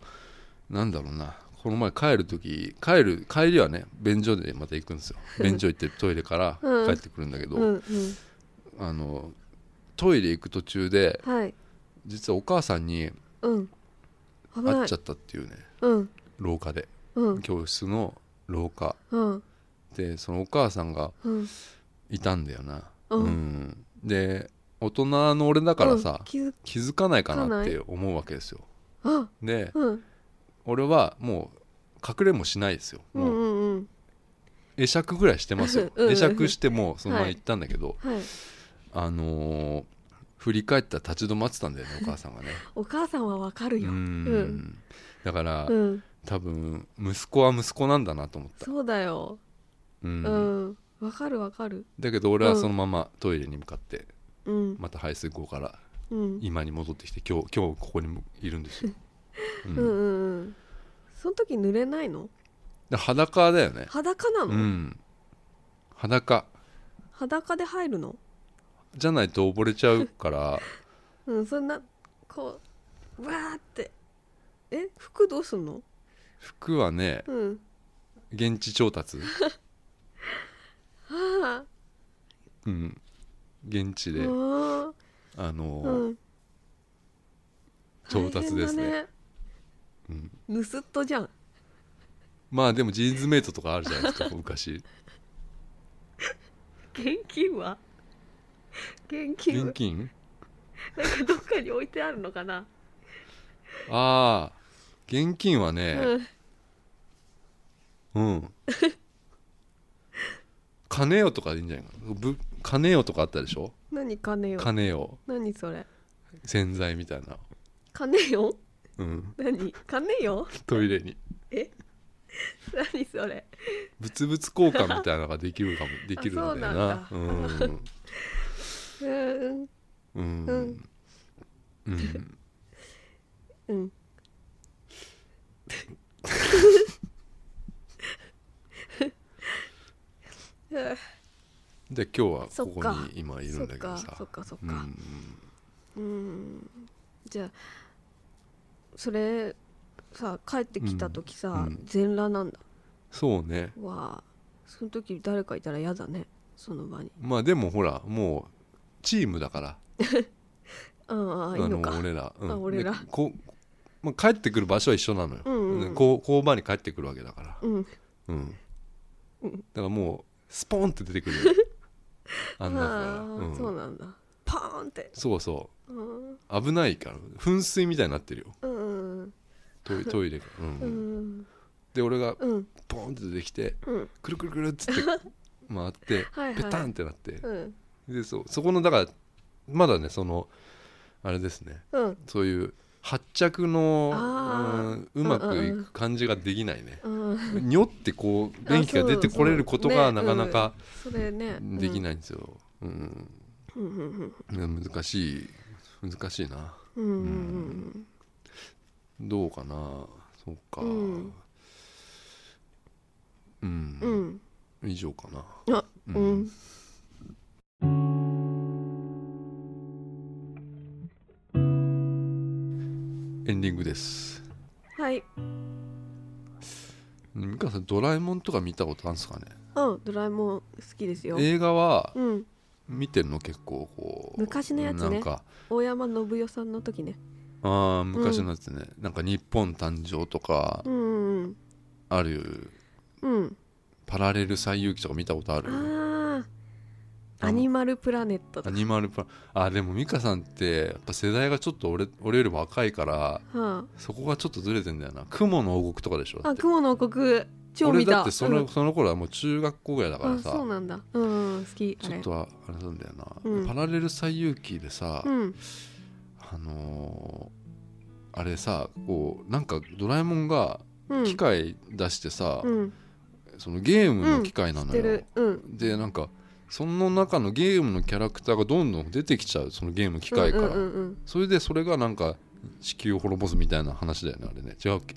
[SPEAKER 1] なんだろうなこの前帰る時帰る帰りはね便所でまた行くんですよ便所行ってトイレから
[SPEAKER 2] うん
[SPEAKER 1] 帰ってくるんだけど、
[SPEAKER 2] うんうん
[SPEAKER 1] あのトイレ行く途中で
[SPEAKER 2] はい
[SPEAKER 1] 実はお母さんに
[SPEAKER 2] うん
[SPEAKER 1] 会
[SPEAKER 2] 危な
[SPEAKER 1] っ
[SPEAKER 2] い
[SPEAKER 1] ちゃったっていうね
[SPEAKER 2] うん
[SPEAKER 1] 廊下で
[SPEAKER 2] うん
[SPEAKER 1] 教室の廊下
[SPEAKER 2] うん
[SPEAKER 1] でそのお母さんが
[SPEAKER 2] うん
[SPEAKER 1] いたんだよな、
[SPEAKER 2] うん
[SPEAKER 1] で大人の俺だからさ、
[SPEAKER 2] うん気づ
[SPEAKER 1] 気づかないかなって思うわけですよ
[SPEAKER 2] あ
[SPEAKER 1] で
[SPEAKER 2] うん
[SPEAKER 1] 俺はもう隠れもしないですよ、
[SPEAKER 2] う
[SPEAKER 1] も
[SPEAKER 2] ん
[SPEAKER 1] う
[SPEAKER 2] うんうん
[SPEAKER 1] 会釈ぐらいしてますよ
[SPEAKER 2] うん
[SPEAKER 1] 会釈してもうそのまま行ったんだけど、
[SPEAKER 2] はい
[SPEAKER 1] あのー振り返ったら立ち止まってたんだよねお母さんがね
[SPEAKER 2] お母さんはわかる
[SPEAKER 1] う
[SPEAKER 2] ようん
[SPEAKER 1] んだから、
[SPEAKER 2] うん
[SPEAKER 1] 多分息子は息子なんだなと思った、
[SPEAKER 2] そうだよ
[SPEAKER 1] うん
[SPEAKER 2] うんわかるわかる
[SPEAKER 1] だけど俺はそのままトイレに向かって
[SPEAKER 2] うん
[SPEAKER 1] また排水溝から
[SPEAKER 2] うん
[SPEAKER 1] 今に戻ってきて今日今日ここにいるん ですよ、う
[SPEAKER 2] うん
[SPEAKER 1] ん、
[SPEAKER 2] うんうんその時濡れないの
[SPEAKER 1] で裸だよね
[SPEAKER 2] 裸な
[SPEAKER 1] う
[SPEAKER 2] の
[SPEAKER 1] ん裸
[SPEAKER 2] 裸で入るの
[SPEAKER 1] じゃないと溺れちゃうから
[SPEAKER 2] うんそんなこうわーってえ服どうすんの
[SPEAKER 1] 服はね
[SPEAKER 2] うん
[SPEAKER 1] 現地調達、
[SPEAKER 2] あ
[SPEAKER 1] うん、現地
[SPEAKER 2] ー
[SPEAKER 1] で
[SPEAKER 2] あ
[SPEAKER 1] あの
[SPEAKER 2] ーうん
[SPEAKER 1] 調達ですね
[SPEAKER 2] 大変だ
[SPEAKER 1] うん
[SPEAKER 2] ぬすっとじゃん
[SPEAKER 1] まあでもジーンズメイトとかあるじゃないですか昔
[SPEAKER 2] 現金は現金
[SPEAKER 1] 現金
[SPEAKER 2] なんかどっかに置いてあるのかな、
[SPEAKER 1] ああ現金はね
[SPEAKER 2] うん
[SPEAKER 1] うん、金よとかでいいんじゃないかなぶ金よとかあったでしょ
[SPEAKER 2] 何金よ
[SPEAKER 1] 金よ
[SPEAKER 2] 何それ
[SPEAKER 1] 洗剤みたいな
[SPEAKER 2] 金よ
[SPEAKER 1] うん
[SPEAKER 2] 何金よ
[SPEAKER 1] トイレに
[SPEAKER 2] 何それ
[SPEAKER 1] 物々交換みたいなのができるかもできるんだよなう
[SPEAKER 2] あそ
[SPEAKER 1] ん
[SPEAKER 2] うん
[SPEAKER 1] うんう
[SPEAKER 2] う
[SPEAKER 1] ん
[SPEAKER 2] ん、うんうん
[SPEAKER 1] で今日はこ
[SPEAKER 2] そっ
[SPEAKER 1] こ
[SPEAKER 2] か
[SPEAKER 1] に今いる
[SPEAKER 2] そ
[SPEAKER 1] ん
[SPEAKER 2] っ
[SPEAKER 1] だけど
[SPEAKER 2] か
[SPEAKER 1] さ
[SPEAKER 2] そっかそっ
[SPEAKER 1] う
[SPEAKER 2] か
[SPEAKER 1] ん
[SPEAKER 2] うん、じゃあそれさ帰ってきた時さ、
[SPEAKER 1] うん
[SPEAKER 2] 全裸なんだ
[SPEAKER 1] そうね
[SPEAKER 2] わあその時誰かいたら嫌だねその場に
[SPEAKER 1] まあでもほらもうチームだから
[SPEAKER 2] ああいい
[SPEAKER 1] あ
[SPEAKER 2] の
[SPEAKER 1] の
[SPEAKER 2] か
[SPEAKER 1] 俺ら、うん
[SPEAKER 2] あ俺ら
[SPEAKER 1] でこうまあ、帰ってくる場所は一緒なのよ、
[SPEAKER 2] うんう
[SPEAKER 1] で
[SPEAKER 2] ん
[SPEAKER 1] こう交番に帰ってくるわけだから、
[SPEAKER 2] うん
[SPEAKER 1] うん
[SPEAKER 2] うん
[SPEAKER 1] だからもうスポンって出てく るよあんなから、
[SPEAKER 2] ああ
[SPEAKER 1] うん
[SPEAKER 2] そうなんだパーンって
[SPEAKER 1] そうそ
[SPEAKER 2] うん
[SPEAKER 1] う危ないから噴水みたいになってるよ
[SPEAKER 2] うん
[SPEAKER 1] ト イトイレが、うん
[SPEAKER 2] うん
[SPEAKER 1] で俺が
[SPEAKER 2] うん
[SPEAKER 1] ポンって出てきて
[SPEAKER 2] うん
[SPEAKER 1] くるくるくるっつって回って
[SPEAKER 2] はいはい
[SPEAKER 1] ペタンってなって、
[SPEAKER 2] うん
[SPEAKER 1] でそうそこのだからまだねそのあれですね
[SPEAKER 2] うん
[SPEAKER 1] そういう発着のう
[SPEAKER 2] あ
[SPEAKER 1] んうま
[SPEAKER 2] うん
[SPEAKER 1] く
[SPEAKER 2] うん
[SPEAKER 1] い
[SPEAKER 2] うん
[SPEAKER 1] く感じができないね、
[SPEAKER 2] うん
[SPEAKER 1] にょってこう電気が出てこれること
[SPEAKER 2] あ
[SPEAKER 1] が
[SPEAKER 2] そう
[SPEAKER 1] な
[SPEAKER 2] そう
[SPEAKER 1] か
[SPEAKER 2] ね
[SPEAKER 1] なか
[SPEAKER 2] それね
[SPEAKER 1] でき
[SPEAKER 2] い
[SPEAKER 1] ないんですよ、うん
[SPEAKER 2] うんうん
[SPEAKER 1] うん難しい難しいな
[SPEAKER 2] うんうんうん
[SPEAKER 1] どうかなそうか
[SPEAKER 2] うん
[SPEAKER 1] うん
[SPEAKER 2] うんうん
[SPEAKER 1] 以上かな
[SPEAKER 2] あ
[SPEAKER 1] うん
[SPEAKER 2] うん
[SPEAKER 1] エンディングです
[SPEAKER 2] はい
[SPEAKER 1] 美香さん「ドラえもん」とか見たことあるんですかね
[SPEAKER 2] うんドラえもん好きですよ
[SPEAKER 1] 映画は
[SPEAKER 2] うん
[SPEAKER 1] 見てるの結構こう
[SPEAKER 2] 昔のやつね
[SPEAKER 1] なんか
[SPEAKER 2] 大山信代さんの時ね
[SPEAKER 1] ああ昔のやつね、なんか「日本誕生」とか、
[SPEAKER 2] うんうん
[SPEAKER 1] ある
[SPEAKER 2] うんうん
[SPEAKER 1] パラレル最遊記とか見たことある
[SPEAKER 2] ああアニマルプラネット
[SPEAKER 1] ア
[SPEAKER 2] とか、
[SPEAKER 1] ニマルプラあでも美香さんってやっぱ世代がちょっと俺俺よりも若いから
[SPEAKER 2] は
[SPEAKER 1] そこがちょっとずれてんだよな雲の王国とかでしょ
[SPEAKER 2] あ、
[SPEAKER 1] だっ
[SPEAKER 2] あ
[SPEAKER 1] て
[SPEAKER 2] 雲の王国超
[SPEAKER 1] 俺
[SPEAKER 2] 見た
[SPEAKER 1] だってその,、
[SPEAKER 2] うん
[SPEAKER 1] その頃はもう中学校ぐらいだから
[SPEAKER 2] あ
[SPEAKER 1] さ
[SPEAKER 2] そうなんだうんうん好きあ
[SPEAKER 1] ちょ
[SPEAKER 2] れ
[SPEAKER 1] っとはあれなんだよな、
[SPEAKER 2] うん
[SPEAKER 1] パラレル最遊記でさ、
[SPEAKER 2] うん
[SPEAKER 1] あのーあれさこうなんかドラえもんが
[SPEAKER 2] うん
[SPEAKER 1] 機械出してさ、
[SPEAKER 2] うん
[SPEAKER 1] そのゲームの機械な
[SPEAKER 2] 知っ
[SPEAKER 1] の
[SPEAKER 2] て
[SPEAKER 1] よ
[SPEAKER 2] る、うん
[SPEAKER 1] でなんかその中のゲームのキャラクターがどんどん出てきちゃうそのゲーム機械から、
[SPEAKER 2] うんうんうんうん
[SPEAKER 1] それでそれがなんか地球を滅ぼすみたいな話だよねあれね違うっ け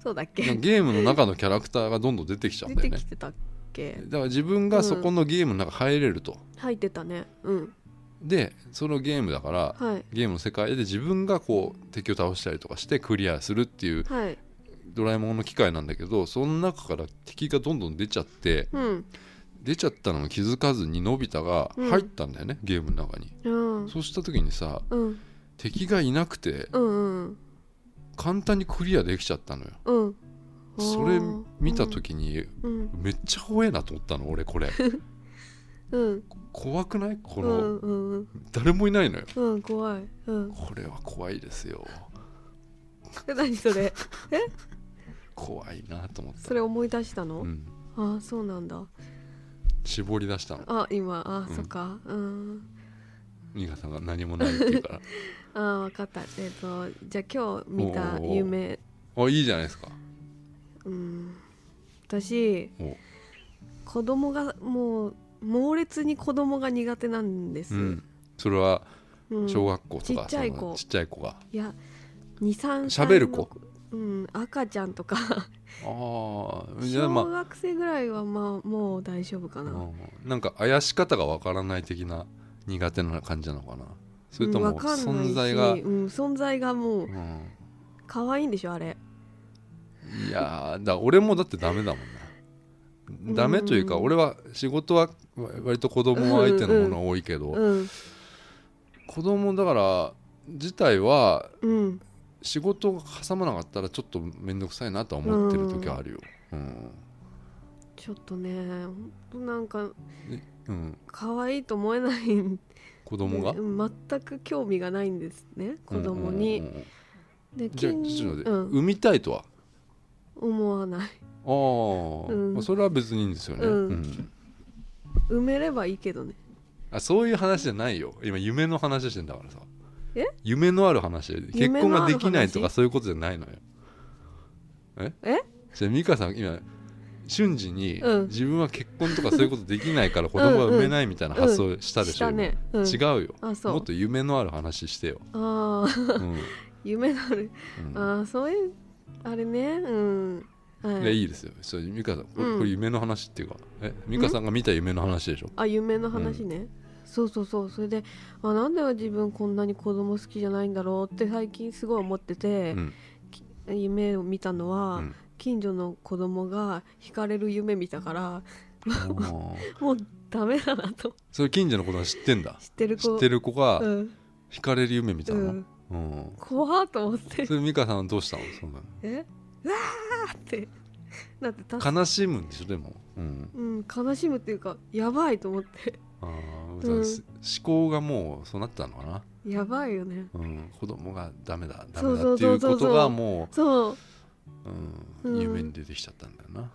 [SPEAKER 2] そうだ
[SPEAKER 1] な
[SPEAKER 2] っ
[SPEAKER 1] ん
[SPEAKER 2] け
[SPEAKER 1] かゲームの中のキャラクターがどんどん出てきちゃうん
[SPEAKER 2] 出
[SPEAKER 1] だよ
[SPEAKER 2] て
[SPEAKER 1] ね
[SPEAKER 2] きてたっけ
[SPEAKER 1] だから自分がそこのゲームの中入れると、
[SPEAKER 2] 入ってたねうん
[SPEAKER 1] でそのゲームだから
[SPEAKER 2] はい
[SPEAKER 1] ゲームの世界で自分がこう敵を倒したりとかしてクリアするっていう
[SPEAKER 2] はい
[SPEAKER 1] ドラえもんの機械なんだけどその中から敵がどんどん出ちゃって
[SPEAKER 2] うん
[SPEAKER 1] 出ちゃったのも気づかずにのび太が入ったんだよね、ゲームの中に
[SPEAKER 2] うん
[SPEAKER 1] そうした時にさ
[SPEAKER 2] うん
[SPEAKER 1] 敵がいなくて
[SPEAKER 2] うんうん
[SPEAKER 1] 簡単にクリアできちゃったのよ
[SPEAKER 2] うん
[SPEAKER 1] それ見た時に
[SPEAKER 2] うん
[SPEAKER 1] めっちゃ怖えなと思ったの俺 これ
[SPEAKER 2] うん
[SPEAKER 1] 怖くないこ
[SPEAKER 2] う
[SPEAKER 1] の
[SPEAKER 2] んうんうん
[SPEAKER 1] 誰もいないのよ
[SPEAKER 2] うん怖いうん
[SPEAKER 1] これは怖いですよ
[SPEAKER 2] え何それ
[SPEAKER 1] 怖いなと思った
[SPEAKER 2] それ思い出したの、
[SPEAKER 1] うん
[SPEAKER 2] ああそうなんだ
[SPEAKER 1] 絞り出したの
[SPEAKER 2] あ今あ、
[SPEAKER 1] うん
[SPEAKER 2] そっかうん
[SPEAKER 1] 美香さんが何もないって言う から
[SPEAKER 2] あーわかったえっ、とじゃあ今日見た
[SPEAKER 1] おー
[SPEAKER 2] 夢
[SPEAKER 1] あいいじゃないですか
[SPEAKER 2] うん私
[SPEAKER 1] お
[SPEAKER 2] 子供がもう猛烈に子供が苦手なんです、
[SPEAKER 1] うんそれは
[SPEAKER 2] うん
[SPEAKER 1] 小学校とか、
[SPEAKER 2] ちっちゃい子
[SPEAKER 1] そのちっちゃい子が
[SPEAKER 2] いや23歳
[SPEAKER 1] 喋る子
[SPEAKER 2] のうん赤ちゃんとか
[SPEAKER 1] ああじゃあ
[SPEAKER 2] 小
[SPEAKER 1] ま
[SPEAKER 2] 学生ぐらいはまあもう大丈夫か
[SPEAKER 1] あ
[SPEAKER 2] な、
[SPEAKER 1] うんなんか怪し方がわからない的な苦手な感じなのかなそれと
[SPEAKER 2] うん
[SPEAKER 1] も
[SPEAKER 2] わかんないし
[SPEAKER 1] 存在が、
[SPEAKER 2] うん、存在がも
[SPEAKER 1] う
[SPEAKER 2] う
[SPEAKER 1] ん
[SPEAKER 2] 可愛いんでしょあれ
[SPEAKER 1] いやーだ俺もだってダメだもんなダメというか
[SPEAKER 2] うん
[SPEAKER 1] 俺は仕事はわ割と子供は相手のもの多いけど、
[SPEAKER 2] うん
[SPEAKER 1] 子供だから自体は
[SPEAKER 2] うん
[SPEAKER 1] 仕事が挟まなかったらちょっと面倒くさいなとは思ってる時はあるようん、
[SPEAKER 2] ちょっとねほんとなんか
[SPEAKER 1] うん、
[SPEAKER 2] 可愛いと思えないんで
[SPEAKER 1] 子供が
[SPEAKER 2] うん全く興味がないんですね子供に、
[SPEAKER 1] うんうんうんうん
[SPEAKER 2] で
[SPEAKER 1] じゃあ
[SPEAKER 2] 金
[SPEAKER 1] ちょっと待って、
[SPEAKER 2] うん、
[SPEAKER 1] 産みたいとは
[SPEAKER 2] 思わない
[SPEAKER 1] あー、
[SPEAKER 2] うん
[SPEAKER 1] まあそれは別にいいんですよね、
[SPEAKER 2] うん
[SPEAKER 1] うん
[SPEAKER 2] 埋めればいいけどね
[SPEAKER 1] あそういう話じゃないよ今夢の話してんだからさ
[SPEAKER 2] え
[SPEAKER 1] 夢のある話結婚ができないと
[SPEAKER 2] 夢のある
[SPEAKER 1] か
[SPEAKER 2] 話
[SPEAKER 1] そういうことじゃないのよえ
[SPEAKER 2] え
[SPEAKER 1] じゃあ美香さん今瞬時に
[SPEAKER 2] うん
[SPEAKER 1] 自分は結婚とかそういうことできないから子供が産めないみたいな発想したでしょ、
[SPEAKER 2] うんうんしたねうん
[SPEAKER 1] 今違うよ
[SPEAKER 2] あそう
[SPEAKER 1] もっと夢のある話して よ、
[SPEAKER 2] ああ
[SPEAKER 1] うんうん
[SPEAKER 2] 夢のあるああそういうあれねうん
[SPEAKER 1] い
[SPEAKER 2] は
[SPEAKER 1] や
[SPEAKER 2] い
[SPEAKER 1] いいですよそれ美香さんこれ,、
[SPEAKER 2] うん
[SPEAKER 1] これ夢の話っていうかえ美香さんが見た夢の話でしょ
[SPEAKER 2] あ夢の話ね、そうそうそうそれであなんで自分こんなに子供好きじゃないんだろうって最近すごい思って
[SPEAKER 1] う
[SPEAKER 2] て、
[SPEAKER 1] ん、
[SPEAKER 2] 夢を見たのは、
[SPEAKER 1] うん
[SPEAKER 2] 近所の子供が惹かれる夢見たから
[SPEAKER 1] あー
[SPEAKER 2] もうダメだなと
[SPEAKER 1] それ近所の子は知ってんだ
[SPEAKER 2] 知ってる
[SPEAKER 1] 知
[SPEAKER 2] 子
[SPEAKER 1] ってる子が
[SPEAKER 2] うん、
[SPEAKER 1] 惹かれる夢見た
[SPEAKER 2] う
[SPEAKER 1] の、うん
[SPEAKER 2] ん、怖っと思って
[SPEAKER 1] それ美香さんはどうしたのそんな
[SPEAKER 2] えうわーってなってた
[SPEAKER 1] の悲しむんでしょでも、うん
[SPEAKER 2] うん、悲しむっていうかやばいと思って
[SPEAKER 1] あー
[SPEAKER 2] うん
[SPEAKER 1] 思考がもうそうなったのかな、
[SPEAKER 2] やばいよね
[SPEAKER 1] うん、子供がダメだダ
[SPEAKER 2] そ
[SPEAKER 1] メ
[SPEAKER 2] う
[SPEAKER 1] だ
[SPEAKER 2] そ
[SPEAKER 1] っ
[SPEAKER 2] う
[SPEAKER 1] て
[SPEAKER 2] そ
[SPEAKER 1] いう
[SPEAKER 2] そう
[SPEAKER 1] うことがも
[SPEAKER 2] そ
[SPEAKER 1] う、
[SPEAKER 2] う
[SPEAKER 1] う、
[SPEAKER 2] うんん
[SPEAKER 1] 夢に出てきちゃったんだよな、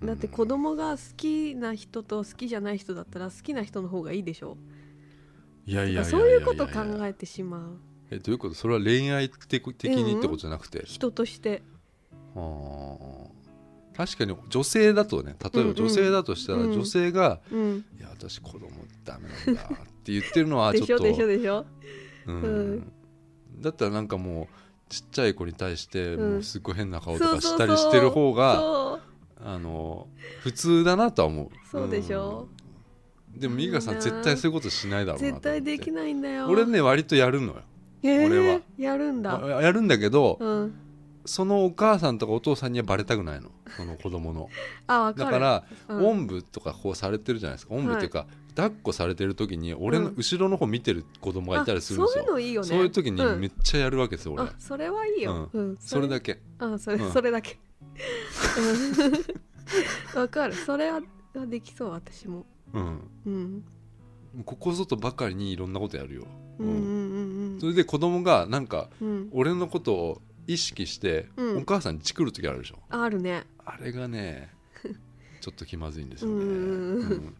[SPEAKER 1] うん
[SPEAKER 2] だって子供が好きな人と好きじゃない人だったら好きな人の方がいいでしょ
[SPEAKER 1] いやいやいやや
[SPEAKER 2] そういうこと考
[SPEAKER 1] え
[SPEAKER 2] えてしまう
[SPEAKER 1] えどういうことそれは恋愛的にってことじゃなくて、
[SPEAKER 2] 人として
[SPEAKER 1] あー確かに女性だとね例えば女性だとしたら
[SPEAKER 2] うんうん
[SPEAKER 1] 女性が
[SPEAKER 2] うん
[SPEAKER 1] 「いや私子供ダメなんだ」って言ってるのはちょ
[SPEAKER 2] で
[SPEAKER 1] っ
[SPEAKER 2] しょ
[SPEAKER 1] と
[SPEAKER 2] でしょでしょ
[SPEAKER 1] うん
[SPEAKER 2] うん
[SPEAKER 1] だったらなんかもうちっちゃい子に対して
[SPEAKER 2] うん
[SPEAKER 1] もうすっごい変な顔とか
[SPEAKER 2] そうそ
[SPEAKER 1] し
[SPEAKER 2] う
[SPEAKER 1] たりしてる方が、
[SPEAKER 2] そう
[SPEAKER 1] あの普通だなとは思う
[SPEAKER 2] そうでしょ、
[SPEAKER 1] うんでも美香さん絶対そういうことしないだろうなと思って
[SPEAKER 2] 絶対できないんだよ
[SPEAKER 1] 俺ね割とやるのよ
[SPEAKER 2] えー
[SPEAKER 1] 俺は
[SPEAKER 2] やるんだ
[SPEAKER 1] あやるんだけど、
[SPEAKER 2] うん
[SPEAKER 1] そのお母さんとかお父さんにはバレたくないのその子供の
[SPEAKER 2] あわか
[SPEAKER 1] だ
[SPEAKER 2] る
[SPEAKER 1] から、
[SPEAKER 2] うん
[SPEAKER 1] おんぶとかこうされてるじゃないですかおんぶっていうか、抱っこされてる時に俺の
[SPEAKER 2] うん
[SPEAKER 1] 後ろの方見てる子供がいたりするん
[SPEAKER 2] あ
[SPEAKER 1] です
[SPEAKER 2] そう
[SPEAKER 1] よ
[SPEAKER 2] いう、のいいよね
[SPEAKER 1] そういう時に
[SPEAKER 2] うん
[SPEAKER 1] めっちゃやるわけですよ、俺
[SPEAKER 2] あそれはいいよ、うん
[SPEAKER 1] それ
[SPEAKER 2] だ
[SPEAKER 1] だけ
[SPEAKER 2] あそれ、
[SPEAKER 1] うん
[SPEAKER 2] それだけ うんわかるそれはできそう私も
[SPEAKER 1] うん
[SPEAKER 2] うん
[SPEAKER 1] もうここぞとばかりにいろんなことやるよ、
[SPEAKER 2] うんうんうん
[SPEAKER 1] それで子供がなんか
[SPEAKER 2] うんうん
[SPEAKER 1] 俺のことを意識して、
[SPEAKER 2] うん
[SPEAKER 1] お母さんにチクる時あるでしょ
[SPEAKER 2] あるね
[SPEAKER 1] あれがね ちょっと気まずいんですよね、
[SPEAKER 2] うん
[SPEAKER 1] うん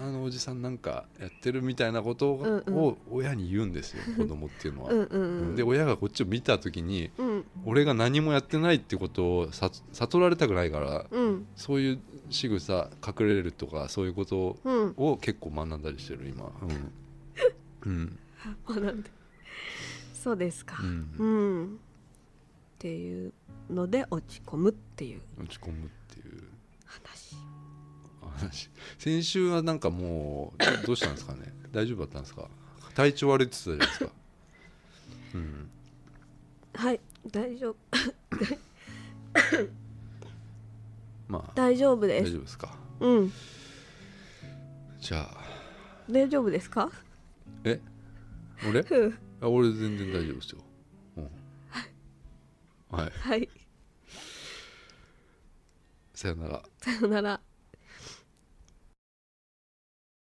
[SPEAKER 1] あのあのおじさんなんかやってるみたいなことを,、
[SPEAKER 2] うんうん
[SPEAKER 1] 親に言うんですよ子供っていうのは、
[SPEAKER 2] うんうんうん
[SPEAKER 1] で親がこっちを見た時に
[SPEAKER 2] うん
[SPEAKER 1] 俺が何もやってないってことをさ悟られたくないから
[SPEAKER 2] うん
[SPEAKER 1] そういう仕草隠れるとかそういうこと
[SPEAKER 2] うん
[SPEAKER 1] を結構学んだりしてる今うん、うん
[SPEAKER 2] 学んでそうですか
[SPEAKER 1] うん
[SPEAKER 2] うんっていうので落ち込むっていう
[SPEAKER 1] 落ち込むっていう
[SPEAKER 2] 話
[SPEAKER 1] 話先週はなんかもうどうしたんですか ね大丈夫だったんですか体調悪いって言ってたじゃないですかうん
[SPEAKER 2] はい大丈夫
[SPEAKER 1] まあ
[SPEAKER 2] 大丈夫
[SPEAKER 1] 大
[SPEAKER 2] です
[SPEAKER 1] 丈夫ですか
[SPEAKER 2] うん
[SPEAKER 1] じゃあ
[SPEAKER 2] 大丈夫ですか
[SPEAKER 1] え俺
[SPEAKER 2] うん
[SPEAKER 1] あ俺全然大丈夫ですよ、うん、はい
[SPEAKER 2] はい
[SPEAKER 1] さよなら
[SPEAKER 2] さよなら